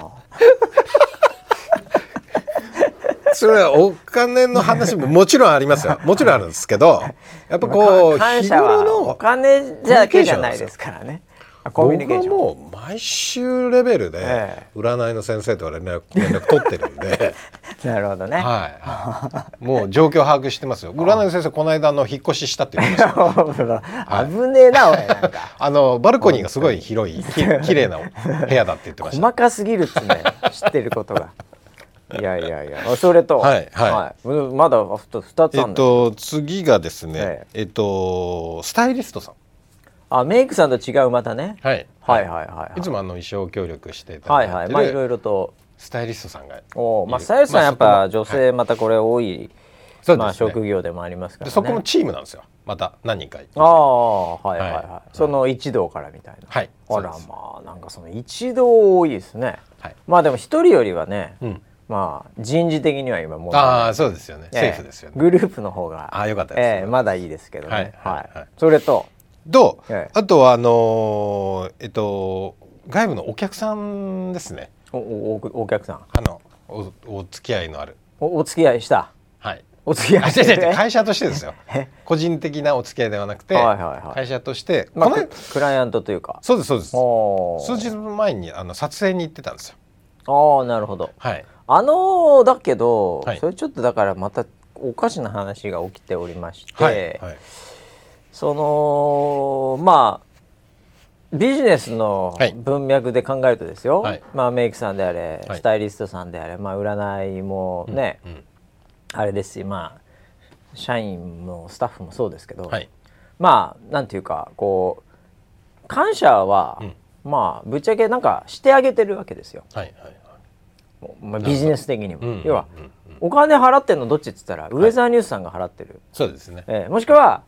B: それはお金の話ももちろんあ りますよもちろんあるんですけどやっぱこう
A: 感
B: 日
A: 謝
B: 頃
A: はお
B: の
A: 金じゃだけじゃないですからねあコミュニ
B: 僕
A: ケーシ
B: は
A: ョン
B: もう毎週レベル
A: え
B: で占いの先生と連絡連絡取ってるんで
A: なるほどね、
B: はいもう状況把握してますよ占いの先生この間あの引っ越ししたって言ってました
A: 危ねえなおいなんか
B: あのバルコニーがすごい広いき綺麗な部屋だって言ってました
A: 細かすぎるっつうね知ってることがいやいやいやあそれと
B: はいはい
A: うんまだあふと二つ
B: え
A: ある
B: っと次がです
A: え
B: ねえっとスタイリストさん
A: あメイクさんと違うまたね
B: はい
A: はいはいはい
B: いつもあの衣装協力していた
A: は
B: だ
A: いはい
B: い
A: まあい
B: て
A: ろ
B: る
A: いろと
B: スタイリストさんが
A: おーまあ
B: いる
A: さゆりさん
B: まあ
A: やっぱ
B: そこ
A: 女
B: も
A: 性またこれ多い
B: そうですね
A: まあ職業でもありますか
B: で
A: ら
B: そこも
A: ね
B: チームなんですよまた何人かい
A: ああはいはい
B: は
A: はいその一同からみたいな
B: はい
A: あ
B: そう
A: ら
B: です
A: まあなんかその一同多いですね
B: はい
A: まあでも一人よりはね
B: うん
A: まあ人事的には今もう
B: ああそうですよね
A: ええ
B: セーフですよね
A: グループの方が
B: あーよかったです
A: ええまだいいですけどねは
B: はいい、はいはい
A: それと
B: と
A: ええ
B: あとはあのーえっと外部のお客さんですね
A: おおおお客さん
B: あのおお付き合いのある
A: おお付き合いした
B: はい
A: お付き合
B: あ
A: い
B: 違う違う違う
A: え
B: 会社としてですよ
A: え
B: 個人的なお付き合いではなくて
A: はいはいはい
B: 会社としてこ
A: まあ、
B: の
A: ククライアントというか
B: そうですそうです
A: お
B: 数日前にあの撮影に行ってたんですよ
A: ああなるほど
B: はい
A: あのーだけど、
B: はい
A: それちょっとだからまたおかしな話が起きておりまして、
B: はいはい
A: そのまあビジネスの
B: はい
A: 文脈で考えるとですよ、
B: はい
A: まあ、メイクさんであれ
B: はい
A: スタイリストさんであれ、まあ、占いもね、
B: うん
A: あれですしまあ社員もスタッフもそうですけど、
B: はい
A: まあなんていうかこう感謝は、
B: うん
A: まあぶっちゃけなんかしてあげてるわけですよ、
B: はいはいはい
A: まあ、ビジネス的にも。
B: うん
A: 要は、
B: うんうんうん
A: お金払ってるのどっちっつったらウェザーニュースさんが払ってる、
B: そうですね
A: えーもしくは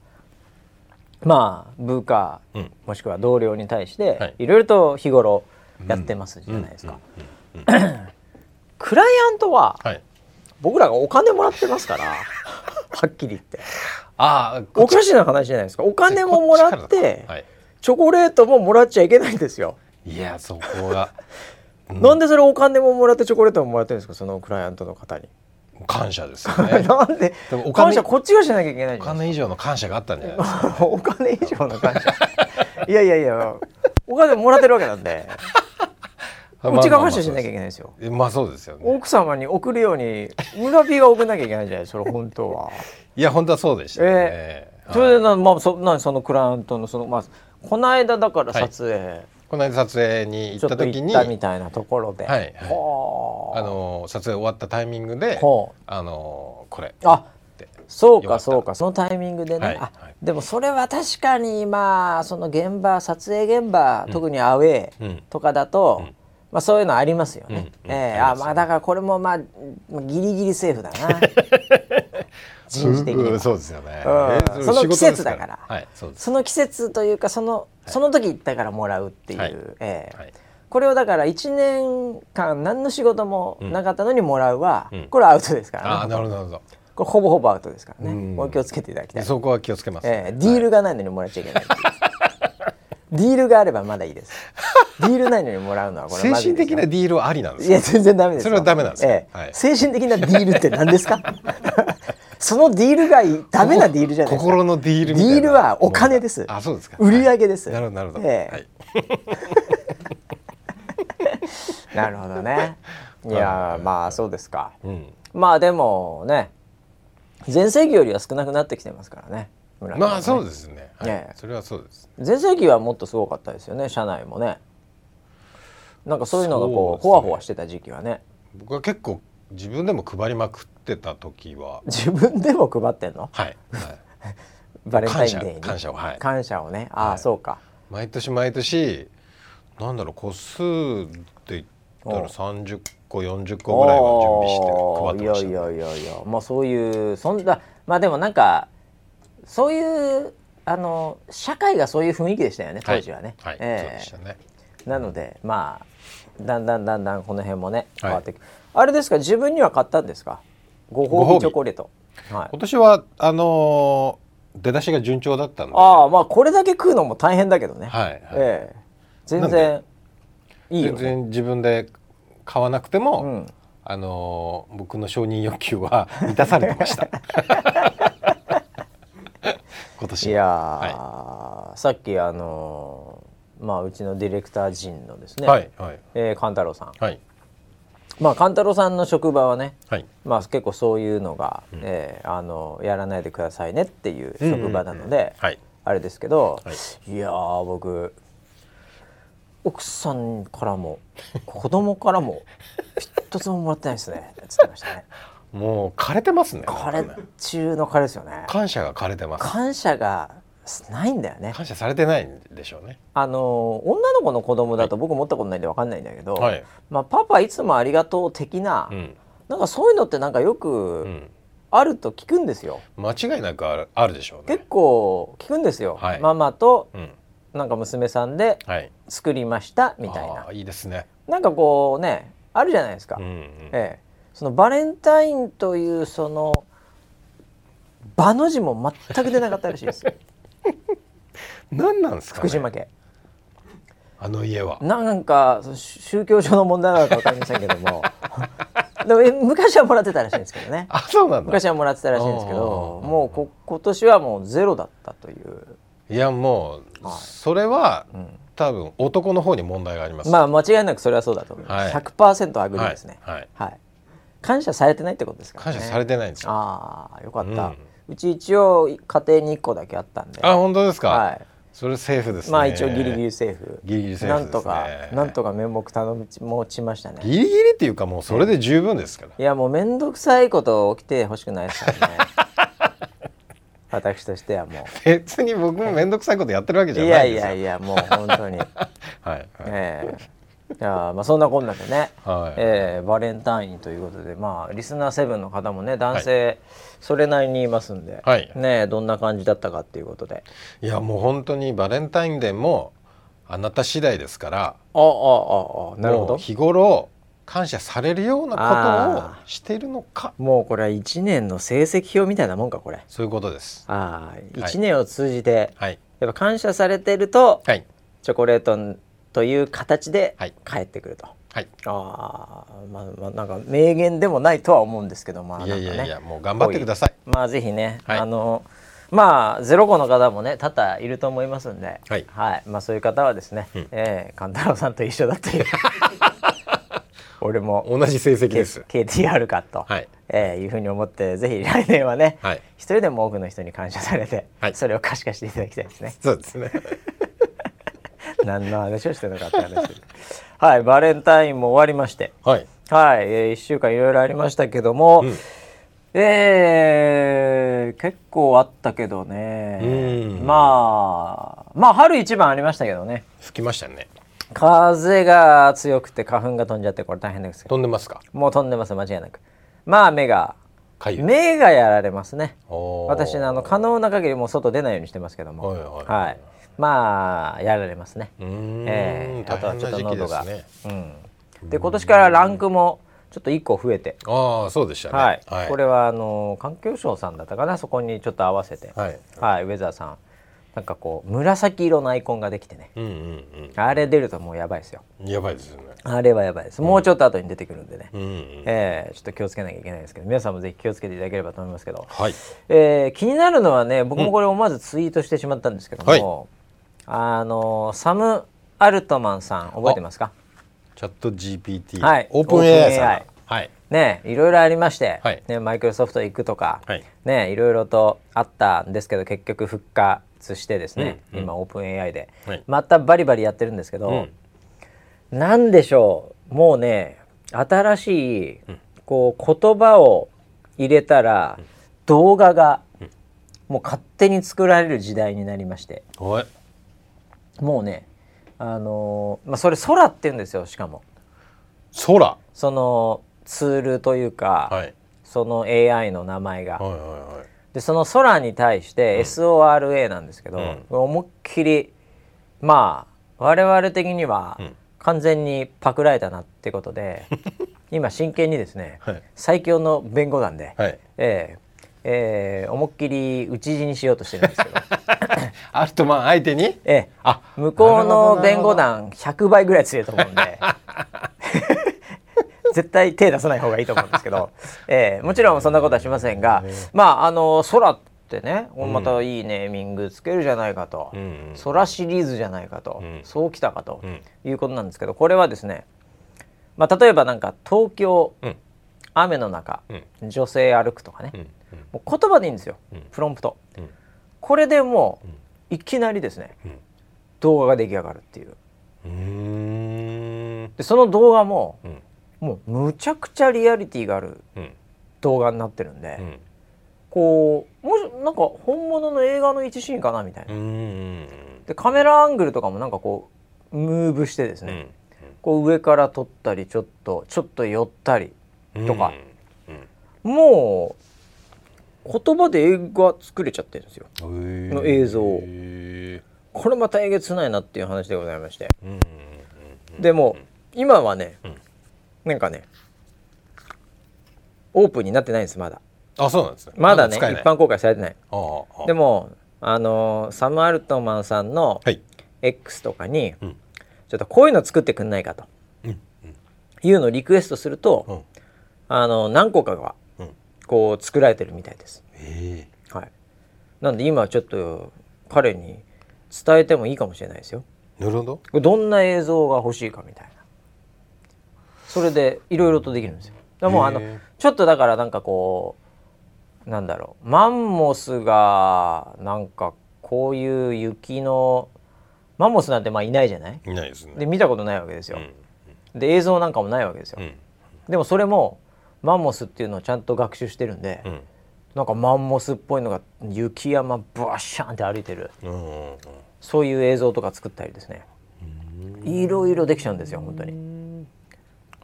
A: まあ部下、
B: うん
A: もしくは同僚に対し
B: は
A: て
B: い
A: いろいろと日頃やってますじゃないですか。クライアントは
B: はい
A: 僕らがお金もらってますから はっきり言って
B: ああ
A: おかしな話じゃないですかお金ももら
B: こ
A: っ
B: っちから
A: て
B: だはい
A: チョコレートももらっちゃいけないんですよ。
B: いやそこ が
A: なんでそれお金ももらってチョコレートももらってるんですかそのクライアントの方に。
B: 感謝ですよ ね
A: なんで
B: でもお金
A: 感謝こっちがしなきゃいけないじゃな
B: お
A: いですか
B: 金以上の感謝があったんじゃないです か
A: お金以上の感謝いやいやいやお金もらってるわけなん でこっちが感謝しなきゃいけないんですよ
B: えまあそうですよね
A: 奥様に送るように村 P が送んなきゃいけないじゃないそれ本当は
B: いや本当はそうでしたね、
A: え
B: はい
A: それでな,、まあ、そなそのクライアントのそのまあこの間だから撮影、
B: この間撮影に
A: ちょ
B: 行っ
A: っと
B: た時
A: 行っ
B: に
A: たみたいなところで、
B: はいはい
A: はあ
B: あの撮影終わったタイミングで
A: ほう
B: あのこれ
A: あ
B: って
A: そう
B: よか
A: か
B: った
A: そうかそのタイミングでね、
B: はい
A: あ
B: はい
A: でもそれは確かにまあその現場撮影現場、特にアウェ
B: うん
A: ーとかだと、まあ、そういうのありますよね、
B: うんうん
A: ええ
B: あ
A: あ
B: りますよ
A: まあだからこれもまあギリギリセーフだ な人事的に
B: う
A: は
B: ん そうですよね、
A: うん
B: え
A: その
B: 仕事です
A: 季節だから
B: はいそうです
A: その季節というかそのその時行ったからもらうっていう、
B: はい
A: ええ
B: はい
A: これをだから1年間何の仕事もなかったのにもらうは、
B: うん
A: これはアウトですからね、
B: ああなるほどなるほど
A: これほぼほぼアウトですからね、
B: うん
A: お気をつけていただきた
B: で
A: い
B: そこは気をつけます、
A: ええディールがないのにもらっちゃいけないっていうディールがあればまだいいですディールないのにもらうのはこれ
B: 精
A: まずい
B: 神
A: です
B: 的
A: よ
B: なディールはありなんです
A: いや
B: よ
A: 全然ダメですよ
B: それはダメなんですよ
A: ええ
B: はい
A: 精神的なディールって何 ですかそのディールがいいダメなディールじゃないですか
B: 心のディールみたいな
A: ディールはお金です
B: あそうですか
A: 売り上げです
B: なるほどなるほど、
A: ええ
B: はい
A: なるほ どねいやーまあそうですか
B: うん
A: まあでもね全盛期よりは少なくなってきてますからね村上はね
B: まあそうですね、はい
A: ええ
B: それはそうです
A: 全盛期はもっとすごかったですよね社内もねなんかそういうのが
B: そう
A: こう
B: ですね
A: ほわほわしてた時期はね
B: 僕は結構自分でも配りまくってた時は
A: 自分でも配ってんの
B: はい、はい、
A: バレンタインデーに
B: 感謝感謝をはい
A: 感謝をねああ、
B: はい
A: そうか
B: 毎年毎年なんだろう個数って言った
A: おう
B: ら30個40個ぐらいは準備して配ってました、ね、
A: おーいやいやいやいやまあそういうそんなまあでもなんかそういうあの社会がそういう雰囲気でしたよね当時はね、
B: はい、
A: ええ
B: そうでしたね
A: なのでまあだんだんだんだんこの辺もね変わってきあれですか自分には買ったんですかご褒
B: ご褒
A: 美
B: 美
A: チョコレートはい
B: 今年はあのー出だしが順調だったんで、は
A: ああまあこれだけ食うのも大変だけどね、
B: い、はい
A: ええ全然いいよ
B: 全
A: ね
B: 然自分で買わなくても、
A: うん
B: あのー僕の承認欲求は 満たされてました 今年
A: いやー、さっきあのーまあうちのディレクター陣のですね、
B: はいはい
A: えー、勘太郎さん
B: はい
A: まあ勘太郎さんの職場はね
B: はい
A: まあ結構そういうのが、えーあのやらないでくださいねっていう職場なので、
B: はい
A: あれですけど、、
B: はい
A: やー僕奥さんからも子供からも一つももらってないですねつってましたね
B: もう枯れてますね
A: 彼中の彼ですよね
B: 感謝が枯れてます
A: 感謝がないんだよね
B: 感謝されてないんでしょうね
A: あの女の子の子供だと僕持ったことないんで分かんないんだけど、
B: はい
A: まあ、パパいつもありがとう的な、
B: うん、
A: なんかそういうのってなんかよ
B: う
A: く
B: ん、
A: あると聞くんですよ、
B: 間違いなくあるあるでしょうね
A: 結構聞くんですよ、
B: はい
A: ママと
B: うん
A: なんか娘さんで
B: はい
A: 作りましたみたいな
B: あーいいですね
A: なんかこうねあるじゃないですか、
B: うんうん
A: ええ、そのバレンタインというその場の字も全く出なかったらしいです
B: 何なんですか、ね、
A: 福島県
B: あの家は
A: なんかその宗教上の問題なのか分かりませんけども でもえ昔はもらってたらしいんですけどね
B: あそうなんだ
A: 昔はもらってたらしいんですけど
B: あー
A: もうこ今年はもうゼロだったという、
B: いやもう、
A: はい
B: それは
A: うん
B: 多分男の方に問題があります
A: まあ間違いなくそれはそうだと思います、
B: はい
A: 100%アグリですね
B: はいはい
A: はい、感謝されてないってことですからね
B: 感謝されてないんですよ
A: ああよかった、
B: う
A: うんち一応家庭に1個だけあったんで
B: あ本当ですか、
A: は
B: それセーフです
A: い、
B: ね
A: まあ一応ギリギリセーフ
B: ギリギリセーフ
A: な
B: ですね
A: んとかなんとか面目頼み持ちましたね
B: ギリギリっていうかもうそれで十分ですから、
A: いやもう面倒くさいこと起きてほしくないです からね私としてはも
B: 別に僕も面倒くさいことやってるわけ
A: う
B: じ
A: い
B: ゃ
A: や
B: ないん
A: い
B: ですよ
A: やいやもう本当に
B: はいはい、
A: ええいやまあそんなこんなでね、
B: はい
A: ええバレンタインということでまあリスナーセブンの方もね男性それなりにいますんで、
B: はい
A: ねえどんな感じだったかっていうことで
B: いやもう本当にバレンタインデーもあなた次第ですから
A: ああああなるほ
B: もう
A: ど
B: 日頃感謝されるようなことを
A: あ
B: しているのか
A: もうこれは1年の成績表みたいなもんかこれ
B: そういうことです
A: ああ
B: はい
A: 1年を通じて
B: はい
A: やっぱ感謝されてると
B: はい
A: チョコレートという形で
B: はい
A: 帰ってくると、
B: はい
A: ああまあまあなんか名言でもないとは思うんですけどまあなん
B: い
A: か
B: や
A: ね
B: いやいやもう頑張ってください
A: まあぜひね、
B: はい
A: あのまあゼロ個の方もね多々いると思いますんで、
B: はい
A: まあそういう方はですね、えー、勘太郎さんと一緒だと いう俺も
B: 同じ成績です
A: K- KTR かと、
B: はい
A: えーいうふうに思ってぜひ来年はね、
B: はい
A: 一人でも多くの人に感謝されて、
B: はい
A: それを可視化していただきたいですね
B: そうですね
A: 何の話をしてるのかって話ですはいバレンタインも終わりまして
B: はい
A: はい、え1週間いろいろありましたけども、えー結構あったけどね
B: うん
A: まあまあ春一番ありましたけどね
B: 吹きましたね
A: 風が強くて花粉が飛んじゃってこれ大変ですけど
B: 飛んでますか
A: もう飛んでます間違いなくまあ目が
B: かゆい
A: 目がやられますね
B: おー
A: 私のあの可能な限りもう外出ないようにしてますけども
B: はいはい
A: まあやられますね
B: うーん、
A: ええあ
B: 大
A: とは
B: 変
A: ちょ
B: な
A: っと
B: 時期
A: 喉
B: で
A: が
B: すね
A: うんで今年からランクもちょっと1個増えて
B: ああそうでしたね
A: はい、これはあの環境省さんだったかなそこにちょっと合わせて
B: はい
A: はい、ウェザーさんなんかこう紫色のアイコンができてね
B: うんうん
A: あれ出るともうやばいですよ
B: うんやばいですよね
A: あれはやばいですもうちょっと後に出てくるんでね、
B: うんうん
A: えーちょっと気をつけなきゃいけないですけど皆さんもぜひ気をつけていただければと思いますけど、
B: はい
A: えー気になるのはね僕もこれ思わずツイートしてしまったんですけども、あのサム・アルトマンさん覚えてますか
B: チャット GPT、
A: はい
B: オープン AI さんが
A: OpenAI
B: はい
A: ねいろいろありまして、
B: はい
A: ね、マイクロソフト行くとか、
B: はい
A: ねいろいろとあったんですけど結局復活してですね、今オープン AI で、
B: はい
A: またバリバリやってるんですけど、なんでしょうもうね新しいこう言葉を入れたら動画がもう勝手に作られる時代になりまして
B: はい
A: もうねあのーまあ、それ空って言うんですよしかも
B: 空
A: そのツールというか、
B: はい
A: その AI の名前が。
B: はいはいはい
A: でその空に対して SORA なんですけど、
B: うん
A: 思いっきりまあ我々的には
B: ん
A: 完全にパクられたなってこと で、今真剣にですね、
B: はい
A: 最強の弁護団で、
B: はい
A: えええー思いっきり打ち死にしようとしてるんですけ ど、
B: アルトマン相手に
A: ええ
B: あ
A: 向こうの弁護団100倍ぐらい強いと思うんで 絶対手出さない方がいいと思うんですけど、ええもちろんそんなことはしませんが、まああの空ってねまたいいネーミングつけるじゃないかと、
B: うんうん
A: 空シリーズじゃないかと、
B: うん
A: そうきたかと
B: うん
A: いうことなんですけどこれはですね、まあ、例えばなんか東京
B: うん
A: 雨の中、
B: うん
A: 女性歩くとかね、
B: うん
A: もう言葉でいいんですよ、
B: うん
A: プロンプト。
B: うん
A: これでも
B: うん
A: ういきなりですね、
B: うん
A: 動画が出来上がるっていう
B: うん
A: でその動画も
B: うん
A: もうむちゃくちゃリアリティがある
B: うん
A: 動画になってるんで、
B: うん
A: こうもしなんか本物の映画の一シーンかなみたいな、
B: うん
A: でカメラアングルとかもなんかこうムーブしてです
B: う
A: ね、
B: ん
A: こう上から撮ったりちょっとちょっと寄ったり
B: うん
A: とか
B: うん
A: もう言葉で映画作れちゃってるんですよ
B: の
A: の映像を
B: うん
A: これまたえげつないなっていう話でございまして
B: うん
A: でも今はね、
B: うん
A: なんかねオープンになってないんですまだ
B: あそうなんですね
A: まだね
B: 使え
A: 一
B: ない
A: 般公開されてない
B: ああああ
A: でもあのーサム・アルトマンさんの
B: はい
A: X とかに、
B: うん
A: ちょっとこういうの作ってくんないかと
B: うん
A: いうのをリクエストすると、
B: うん
A: あの何個かが
B: うん
A: こう作られてるみたいです、
B: ええ
A: はい、なんで今ちょっと彼に伝えてもいいかもしれないですよ
B: なるほど
A: これどんな映像が欲しいかみたいなそれでいろいろとできるんですよだからもうあの
B: へえ
A: ちょっとだからなんかこうなんだろうマンモスがなんかこういう雪のマンモスなんてまあいないじゃない
B: いないですね
A: で見たことないわけですよ
B: う、ん
A: で映像なんかもないわけですよ、
B: うん
A: でもそれもマンモスっていうのをちゃんと学習してるんで、
B: うん
A: なんかマンモスっぽいのが雪山ブワッシャンって歩いてる
B: うんうんうん
A: そういう映像とか作ったりですねいろいろできちゃうんですよ本当に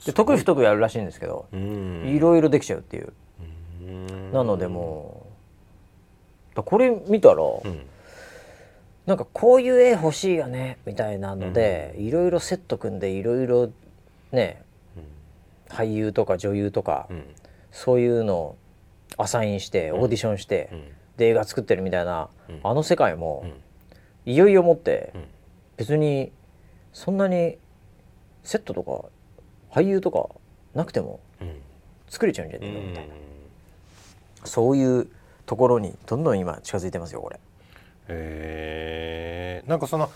A: で得意不得意あるらしいんですけど
B: うん
A: いろいろできちゃうっていう
B: うん
A: なのでもうだこれ見たら、
B: ん
A: なんかこういう絵欲しいよねみたいなのでいろいろセット組んでいろいろね、俳優とか女優とか、
B: うん
A: そういうのをアサインしてオーディションして、
B: ん
A: で映画作ってるみたいな、あの世界も、
B: ん
A: いよいよもって、
B: ん
A: 別にそんなにセットとか俳優とかなくても
B: うん
A: 作れちゃうんじゃないの、みたいな
B: うん
A: そういうところにどんどん今近づいてますよこれ。
B: えーなんかその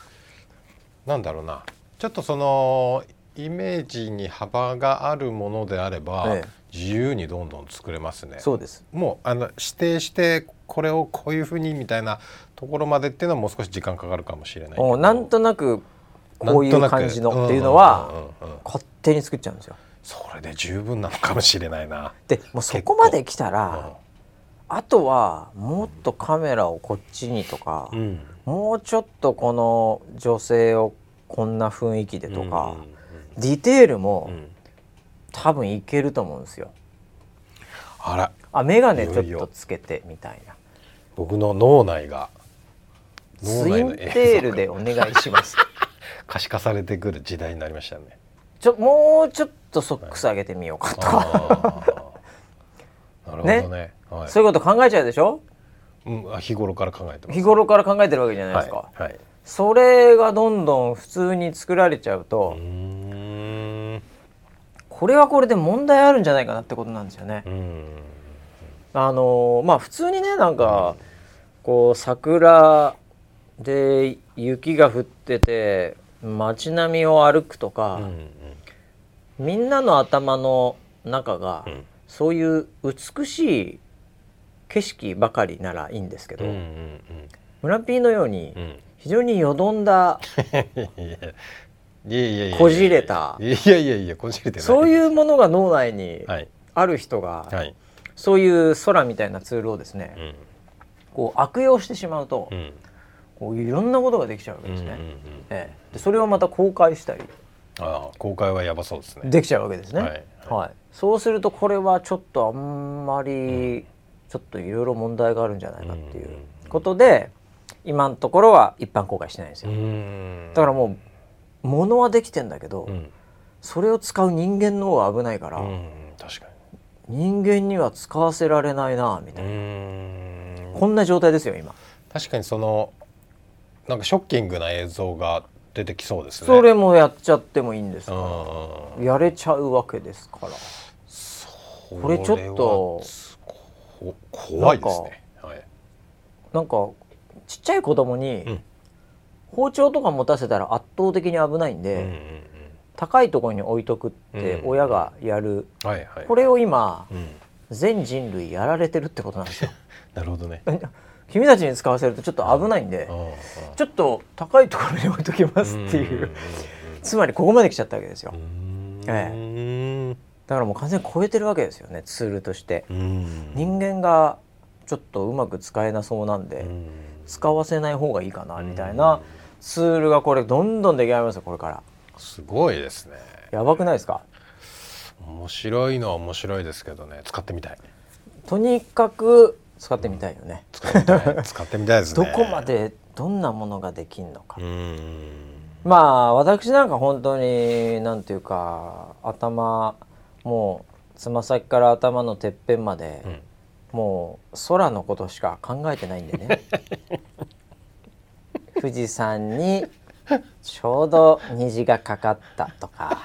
B: なんだろうなちょっとそのイメージに幅があるものであれば、
A: ええ
B: 自由にどんどん作れますね。
A: そうです
B: もうあの指定してこれをこういうふうにみたいなところまでっていうのはもう少し時間かかるかもしれないけど
A: おなんとなくこうい
B: なんと
A: う
B: なく
A: 感じのっていうのは、
B: うんうんうんうん
A: 勝手に作っちゃうんですよ。
B: それで十分なのかもしれないな。
A: でもうそこまで来たら、あとはもっとカメラをこっちにとか、
B: うん、
A: もうちょっとこの女性をこんな雰囲気でとか、
B: う
A: ディテールも
B: んうんうん
A: 多分いけると思うんですよ。
B: あら
A: あ眼鏡
B: い
A: ち
B: よい
A: ょっ
B: よ
A: とつけてみたいな。
B: 僕の脳内が
A: ツインテールでお願いし ます。
B: 可視化されてくる時代になりました ね。
A: ちょもうちょっとソックス上げてみようかとか、
B: あーなるほどね。はい。
A: そういうこと考えちゃうでしょ
B: うん、あ日頃から考えてます。
A: 日頃から考えてるわけじゃないですか。
B: はい。はい、
A: それがどんどん普通に作られちゃうと
B: う、ーん。
A: これはこれで問題あるんじゃないかなってことなんですよね。
B: うん。
A: あのーまあ普通にねなんかこう桜で雪が降ってて街並みを歩くと
B: う
A: か、
B: ん。
A: みんなの頭の中が、
B: うん。
A: そういう美しい景色ばかりならいいんですけど、
B: うん。うん。
A: 村ピーのように
B: うん。うん。
A: 非常によどんだ
B: いやいやいやいや。
A: こじれた
B: いやいやいや、こじれてない。
A: そう
B: う。
A: いうものが脳内に
B: はい。
A: ある人が、
B: はい。
A: そういう空みたいなツールをですね、
B: うん。
A: こう悪用してしまうと、
B: うん。
A: こういろんなことができちゃうわけ
B: うん。う
A: で
B: ん
A: すね。
B: うん。
A: ええ、でそれをまた公開したり
B: ああ、公開はやばそうですね。
A: できちゃうわけですね。
B: はい
A: はいそうするとこれはちょっとあんまりちょっといろいろ問題があるんじゃないかっていうことで今のところは一般公開してないんです
B: う
A: よ。
B: ん。
A: だからもう物はできてんだけど、
B: うん。
A: それを使う人間の方が危ないから、
B: うん。確か
A: 人間には使わせられないなみ
B: う
A: たいな、
B: ーん
A: こんな状態ですよ今
B: 確かにそのなんかショッキングな映像が出てきそうですね
A: それもやっちゃってもいいんです
B: うん
A: か、やれちゃうわけですからこれちょっと
B: これはこ怖いですねはい
A: なんかちっちゃい子供に、
B: うん
A: 包丁とか持たせたら圧倒的に危ないん
B: うんうん
A: で、高いところに置いとくって
B: うん
A: 親がやる、
B: うんはいはい
A: これを今
B: うん
A: 全人類やられてるってことなんですよ
B: なるほどね
A: 君たちに使わせるとちょっと危ないんで、
B: うんうん
A: ちょっと高いところに置いときますっていう、つまりここまで来ちゃったわけですよ
B: うんうんうん
A: えだからもう完全に超えてるわけですよねツールとして
B: うん
A: 人間がちょっとうまく使えなそうなんで、
B: うん
A: 使わせない方がいいかなみたいなツールがこれどんどん出来上がりますよこれから
B: すごいですね
A: やばくないですか
B: 面白いのは面白いですけどね使ってみた い
A: とにかく使ってみたいよね、
B: 使ってみたい使ってみたいです
A: ど
B: ね
A: こまでどんなものができるのか、
B: うん
A: まあ私なんか本当になんていうか頭もうつま先から頭のてっぺんまで、
B: うん
A: もう空のことしか考えてないんで ね富士山にちょうど虹がかかったとか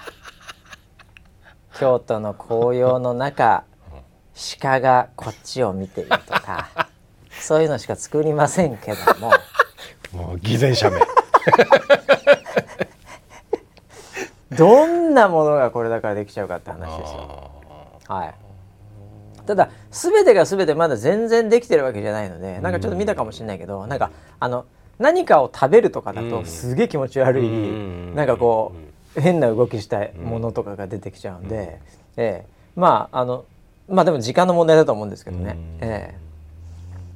A: 京都の紅葉の中鹿がこっちを見ているとかそういうのしか作りませんけども
B: もう偽善 者名
A: どんなものがこれだからできちゃうかって話ですよ。はいただ全てが全てまだ全然できてるわけじゃないのでなんかちょっと見たかもしれないけど、なんかあの何かを食べるとかだ
B: う
A: と
B: ん
A: すげえ気持ち悪い、
B: うん
A: なんかこう、変な動きしたいものとかが出てきちゃうんで、ええまああのまあでも時間の問題だと思うんですけどね、
B: うん
A: ええ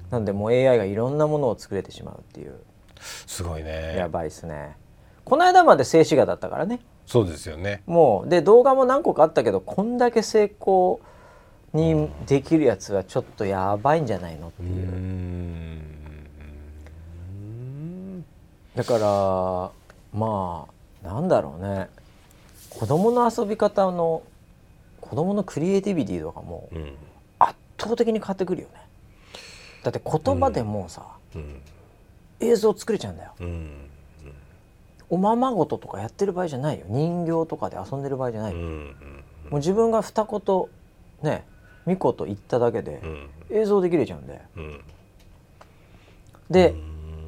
A: なんでもう AI がいろんなものを作れてしまうっていう
B: すごい
A: や
B: ね
A: ばいですね。この間まで静止画だったからね
B: そうですよね
A: もうで動画も何個かあったけどこんだけ成功にできるやつはちょっとやばいんじゃないのって
B: う
A: いう、
B: ん
A: だからまあなんだろうね子供の遊び方の子供のクリエイティビティとかも
B: うん
A: 圧倒的に変わってくるよねだって言葉でもうさ、
B: うん
A: 映像作れちゃうんだよ
B: うん
A: おままごととかやってる場合じゃないよ人形とかで遊んでる場合じゃな
B: う
A: いよ、
B: ん
A: もう自分が二言ね巫女と言っただけで
B: うん
A: 映像できれちゃうんで、
B: うん
A: で、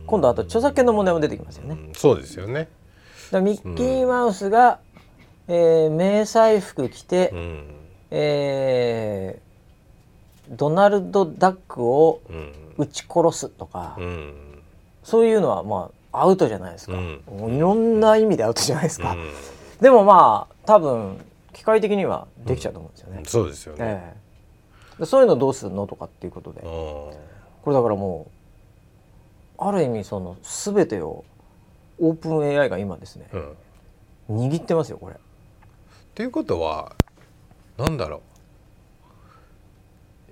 A: 今度あと著作権の問題も出てきますよね。
B: うんそうですよね
A: だからミッキーマウスが、えー迷彩服着て、
B: うん
A: えードナルド・ダックを
B: うん
A: 撃ち殺すとか、
B: うん
A: そういうのはまあアウトじゃないですか、
B: うん
A: もういろんな意味でアウトじゃないですか、
B: うん
A: でもまあ多分機械的にはできちゃうと思うんですよね、
B: そうですよね
A: ええでそういうのどうするのとかっていうことで
B: う
A: これだからもうある意味その全てをオープン AI が今ですね
B: んうん
A: 握ってますよこれ
B: っていうことはなんだろ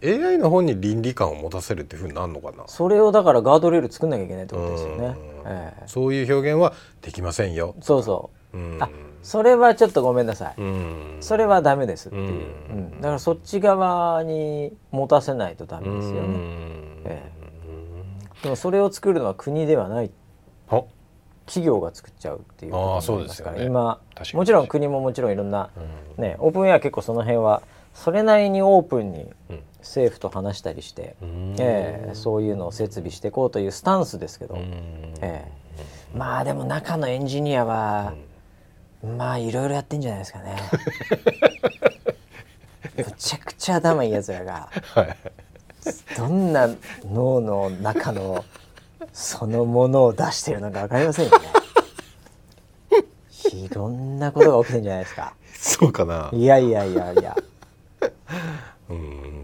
B: う AI の方に倫理観を持たせるっていうふうになるのかな
A: それをだからガードレール作んなきゃいけないってことですよね
B: うん、
A: ええ
B: そういう表現はできませんよ。
A: そうそう
B: うん
A: あそれはちょっとごめんなさい、
B: うん
A: それはダメですっていう、う
B: うんん
A: だからそっち側に持たせないとダメ
B: うん
A: ですよね、え
B: うん
A: でもそれを作るのは国ではない
B: あ
A: 企業が作っちゃうっていうことになりますから
B: ああそうですよね
A: 今
B: 確かに
A: もちろん国ももちろんいろんな、ねオープン AI は結構その辺はそれなりにオープンに
B: うん
A: 政府と話したりして、
B: うん
A: ええそういうのを設備していこうというスタンスですけど、
B: うん
A: ええまあでも中のエンジニアは、まあいろいろやってんじゃないですかねむちゃくちゃ頭いいやつらが
B: はい
A: どんな脳の中のそのものを出してるのか分かりませんよねいろんなことが起きてんじゃないですか
B: そうかない
A: やいやいやいや
B: うん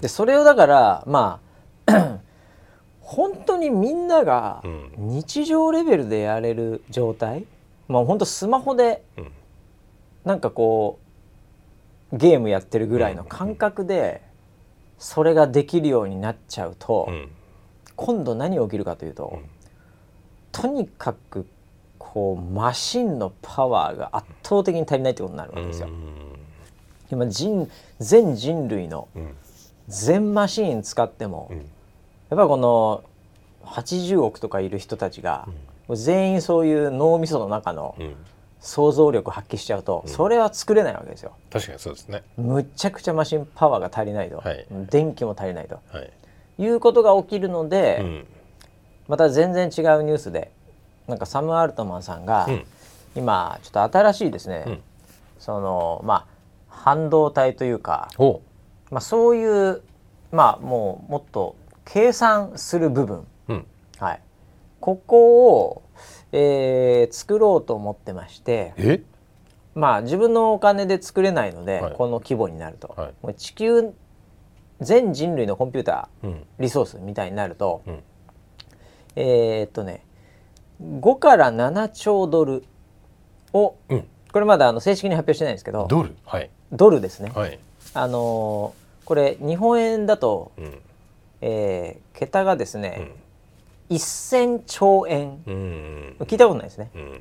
A: でそれをだからまあ 本当にみんなが
B: うん
A: 日常レベルでやれる状態、まあ本当スマホで
B: うん
A: なんかこうゲームやってるぐらいの感覚でそれができるようになっちゃうと、
B: うん
A: 今度何起きるかというと、
B: うん
A: とにかくこうマシンのパワーが圧倒的に足りないってことになるわけですよ。
B: うん
A: 今人全人類の
B: うん
A: 全マシーン使っても、
B: うん
A: やっぱりこの80億とかいる人たちが、もう全員そういう脳みその中の
B: うん、
A: 想像力発揮しちゃうと、
B: うん
A: それは作れないわけですよ。
B: 確かにそうですね
A: むっちゃくちゃマシンパワーが足りないと、
B: はい
A: 電気も足りないと
B: はい、
A: いうことが起きるので、
B: うん
A: また全然違うニュースでなんかサム・アルトマンさんが、
B: うん
A: 今ちょっと新しいですね、
B: うん
A: そのまあ半導体というか、
B: お
A: まあ、そういうまあもうもっと計算する部分、
B: うん
A: はい、ここを、えー作ろうと思ってまして、
B: え
A: まあ自分のお金で作れないので、
B: はい
A: この規模になると、
B: はい
A: もう地球全人類のコンピュータ
B: うん
A: ーリソースみたいになると、
B: うん
A: えーっとね5から7兆ドルを、
B: うん
A: これまだあの正式に発表してないんですけど
B: ドルはい
A: ドルですね、
B: はい
A: あのーこれ日本円だと、
B: うん
A: えー桁がです
B: う
A: ね、
B: ん
A: 1000兆円
B: うん
A: 聞いたことないですね
B: うん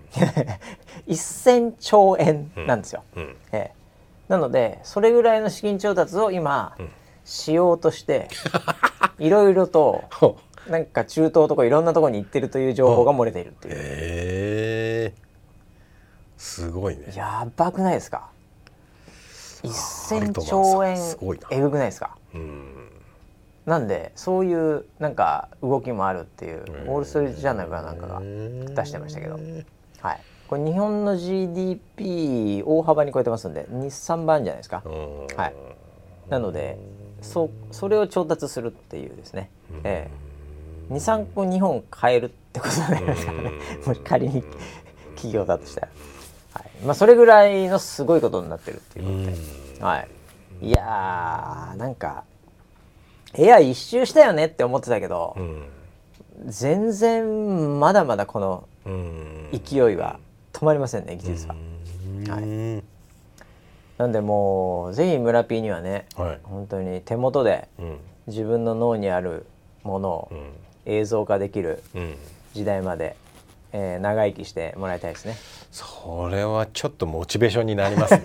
A: 1000兆円なんですよ、
B: うん
A: ええ、なのでそれぐらいの資金調達を今、
B: うん
A: しようとして いろいろと
B: ほ
A: なんか中東とかいろんなところに行ってるという情報が漏れているっていう、
B: ええすごいね
A: やばくないですか
B: ハル
A: 1000
B: トマンさん
A: 兆円
B: すごいな
A: えぐくないですか
B: うん
A: なんでそういうなんか動きもあるっていう、ウォール・ストリート・ジャーナルかなんかが、出してましたけどはい、これ日本の GDP 大幅に超えてますんで23番じゃないですか、は
B: はい
A: なのでそそれを調達するっていうですね、ええ、23個日本買えるってことになりますからね もし仮に企業だとしたら、はいまあ、それぐらいのすごいことになってるっていうことで、はい、いやーなんかエア一周したよねって思ってたけど、全然まだまだこの勢いは止まりませんね技術は。
B: はい
A: なんでもうぜひ村 P にはね
B: はい
A: 本当に手元で
B: うん
A: 自分の脳にあるものを
B: うん
A: 映像化できる
B: うん
A: 時代まで、えー長生きしてもらいたいですね。
B: それはちょっとモチベーションになり ますね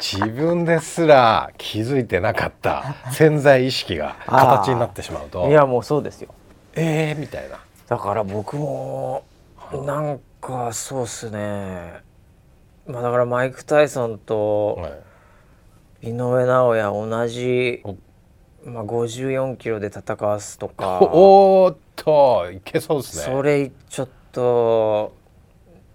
B: 自分ですら気づいてなかった潜在意識が形になってしまうと
A: いやもうそうですよ。
B: ええみたいな
A: だから僕もなんかそうっすね。まあだからマイク・タイソンと
B: はい
A: 井上尚弥同じ
B: お、
A: まあ、54キロで戦わすとか
B: おおーっといけそうですね
A: それちょっと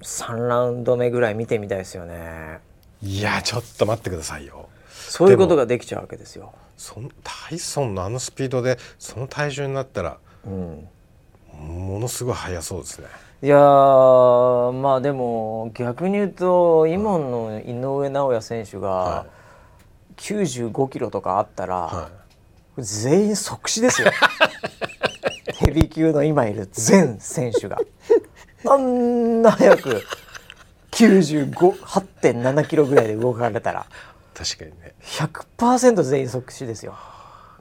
A: 3ラウンド目ぐらい見てみたいですよね。
B: いやちょっと待ってくださいよ
A: そういうことができちゃうわけですよ。
B: そのタイソンのあのスピードでその体重になったら
A: うん、
B: ものすごい速そうですね
A: いやーまあでも逆に言うと今の井上尚弥選手が
B: は
A: 95キロとかあったら、
B: は
A: 全員即死 ですよヘビー級の今いる全選手があんな早く98.7キロぐらいで動かれたら
B: い確かにね
A: 100%全員即死ですよ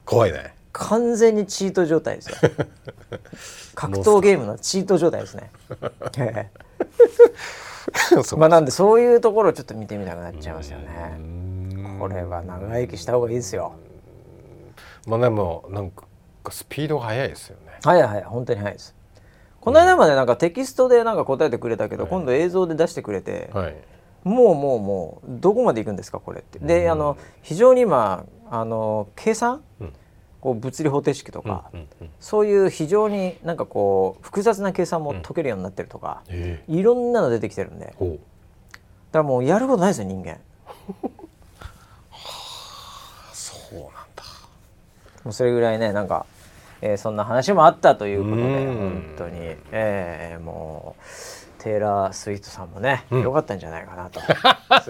B: 怖いね
A: 完全にチート状態ですよ格闘ゲームのチート状態です ね、ええ
B: そう
A: まあなんでそういうところをちょっと見てみたくなっちゃいますよ
B: うー
A: ね。
B: ん
A: これは長生きした方がいいですよ。
B: まあでもなんかスピードが速いですよね
A: はいはい本当に早いです。この間までなんかテキストでなんか答えてくれたけど、今度映像で出してくれて、
B: はい
A: もうもうもうどこまで行くんですかこれって。であの非常に今あの計算、
B: うん
A: こう物理方程式とか、
B: うんうん
A: そういう非常になんかこう複雑な計算も解けるようになってるとか、
B: ええ
A: いろんなの出てきてるんで、だか
B: おう
A: らもうやることないですよ人間。
B: そうなんだ
A: もうそれぐらいねなんか、えーそんな話もあったということで
B: う
A: 本
B: ん
A: 当に、えーもうテイラー・スウィフトさんもね良、かったんじゃないかなと スー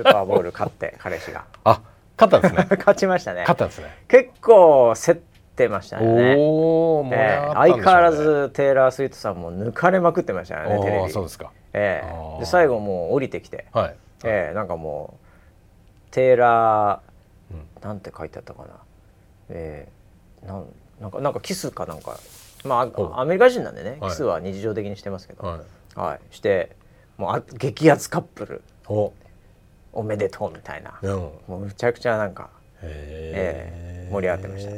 A: パーボール勝って彼氏 が
B: あ勝ったんですね
A: 勝ちましたね
B: 勝ったんです ね
A: 結構競ってましたね、
B: おお盛り上
A: え
B: が
A: ー
B: ったんで
A: 相
B: しょうね
A: 変わらずテイラー・スウィフトさんも抜かれまくってましたよねテレ
B: おお
A: ビ
B: そうですか
A: えー
B: あー
A: で最後もう降りてきて、
B: はい
A: えーなんかもうテイラー
B: うん
A: なんて書いてあったかな、えーなんなんかなんかキスかなんか、まあ、アメリカ人なんでね、
B: はい
A: キスは日常的にしてますけど、は
B: はい
A: いしてもうあ激アツカップル
B: お
A: おめでとうみたいな、
B: うんへ
A: もうむちゃくちゃなんかえ
B: え
A: え盛り上がってました
B: へ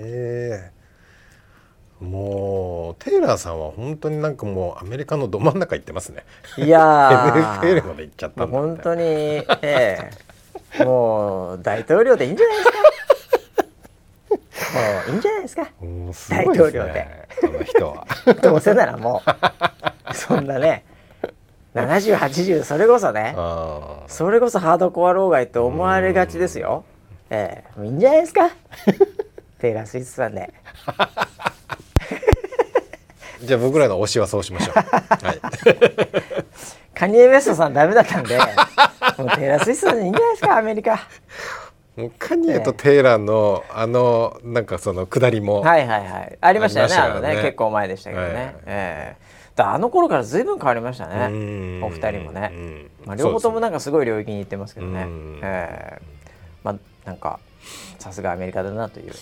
B: えもうテイラーさんは本当になんかもうアメリカのど真ん中行ってますね
A: いや
B: NFL ま
A: ー
B: で行っちゃっ
A: まあ
B: たんだ
A: 本
B: って
A: 当にええもう大統領でいいんじゃないです かもういいんじゃないですか
B: もうすごいですねこの人 は
A: どうせならもう そんなね7080それこそね
B: あー
A: それこそハードコア老害と思われがちですよええいいんじゃないです かテイラー・スイーツさんで、
B: じゃあ僕らの推しはそうしましょうはい
A: カニエ・ウェストさんダメだったんでもうテイラー・スイーツさんでいいんじゃないですかアメリカ
B: もうカニエとテイラーのあのなんかその下りも、
A: はいはいはいありましたよねあ
B: ありましたから
A: の
B: ね
A: ね結構前でしたけどね、
B: はいはい
A: ええだあの頃から随分変わりました
B: う
A: ね
B: ん
A: お二人もね、
B: うん
A: まあ、両方とも
B: そう
A: なんかすごい領域に行ってますけどね
B: うん、
A: ええまあなんかさすがアメリカだな という、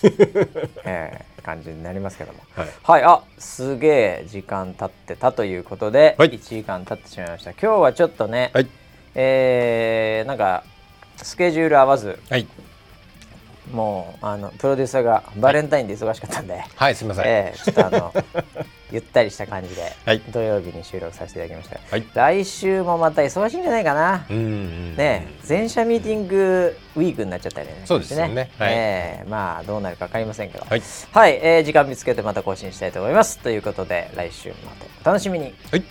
A: ええ感じになりますけども
B: はい
A: はい、あすげえ時間経ってたということで、
B: はい
A: 1時間経ってしまいました今日はちょっとね、
B: はい
A: えーなんかスケジュール合わず
B: はい
A: もうあのプロデューサーがバレンタインで忙しかったんで、
B: はいすみません、
A: ええちょっとあの ゆったりした感じで、
B: はい
A: 土曜日に収録させていただきました、
B: はい
A: 来週もまた忙しいんじゃないかな、
B: うんうん
A: ねえ全社ミーティングウィークになっちゃったりね
B: そうですよねはい
A: ええまあどうなるか分かりませんけど
B: はい
A: はい、えー時間見つけてまた更新したいと思いますということで来週までお楽しみに
B: はい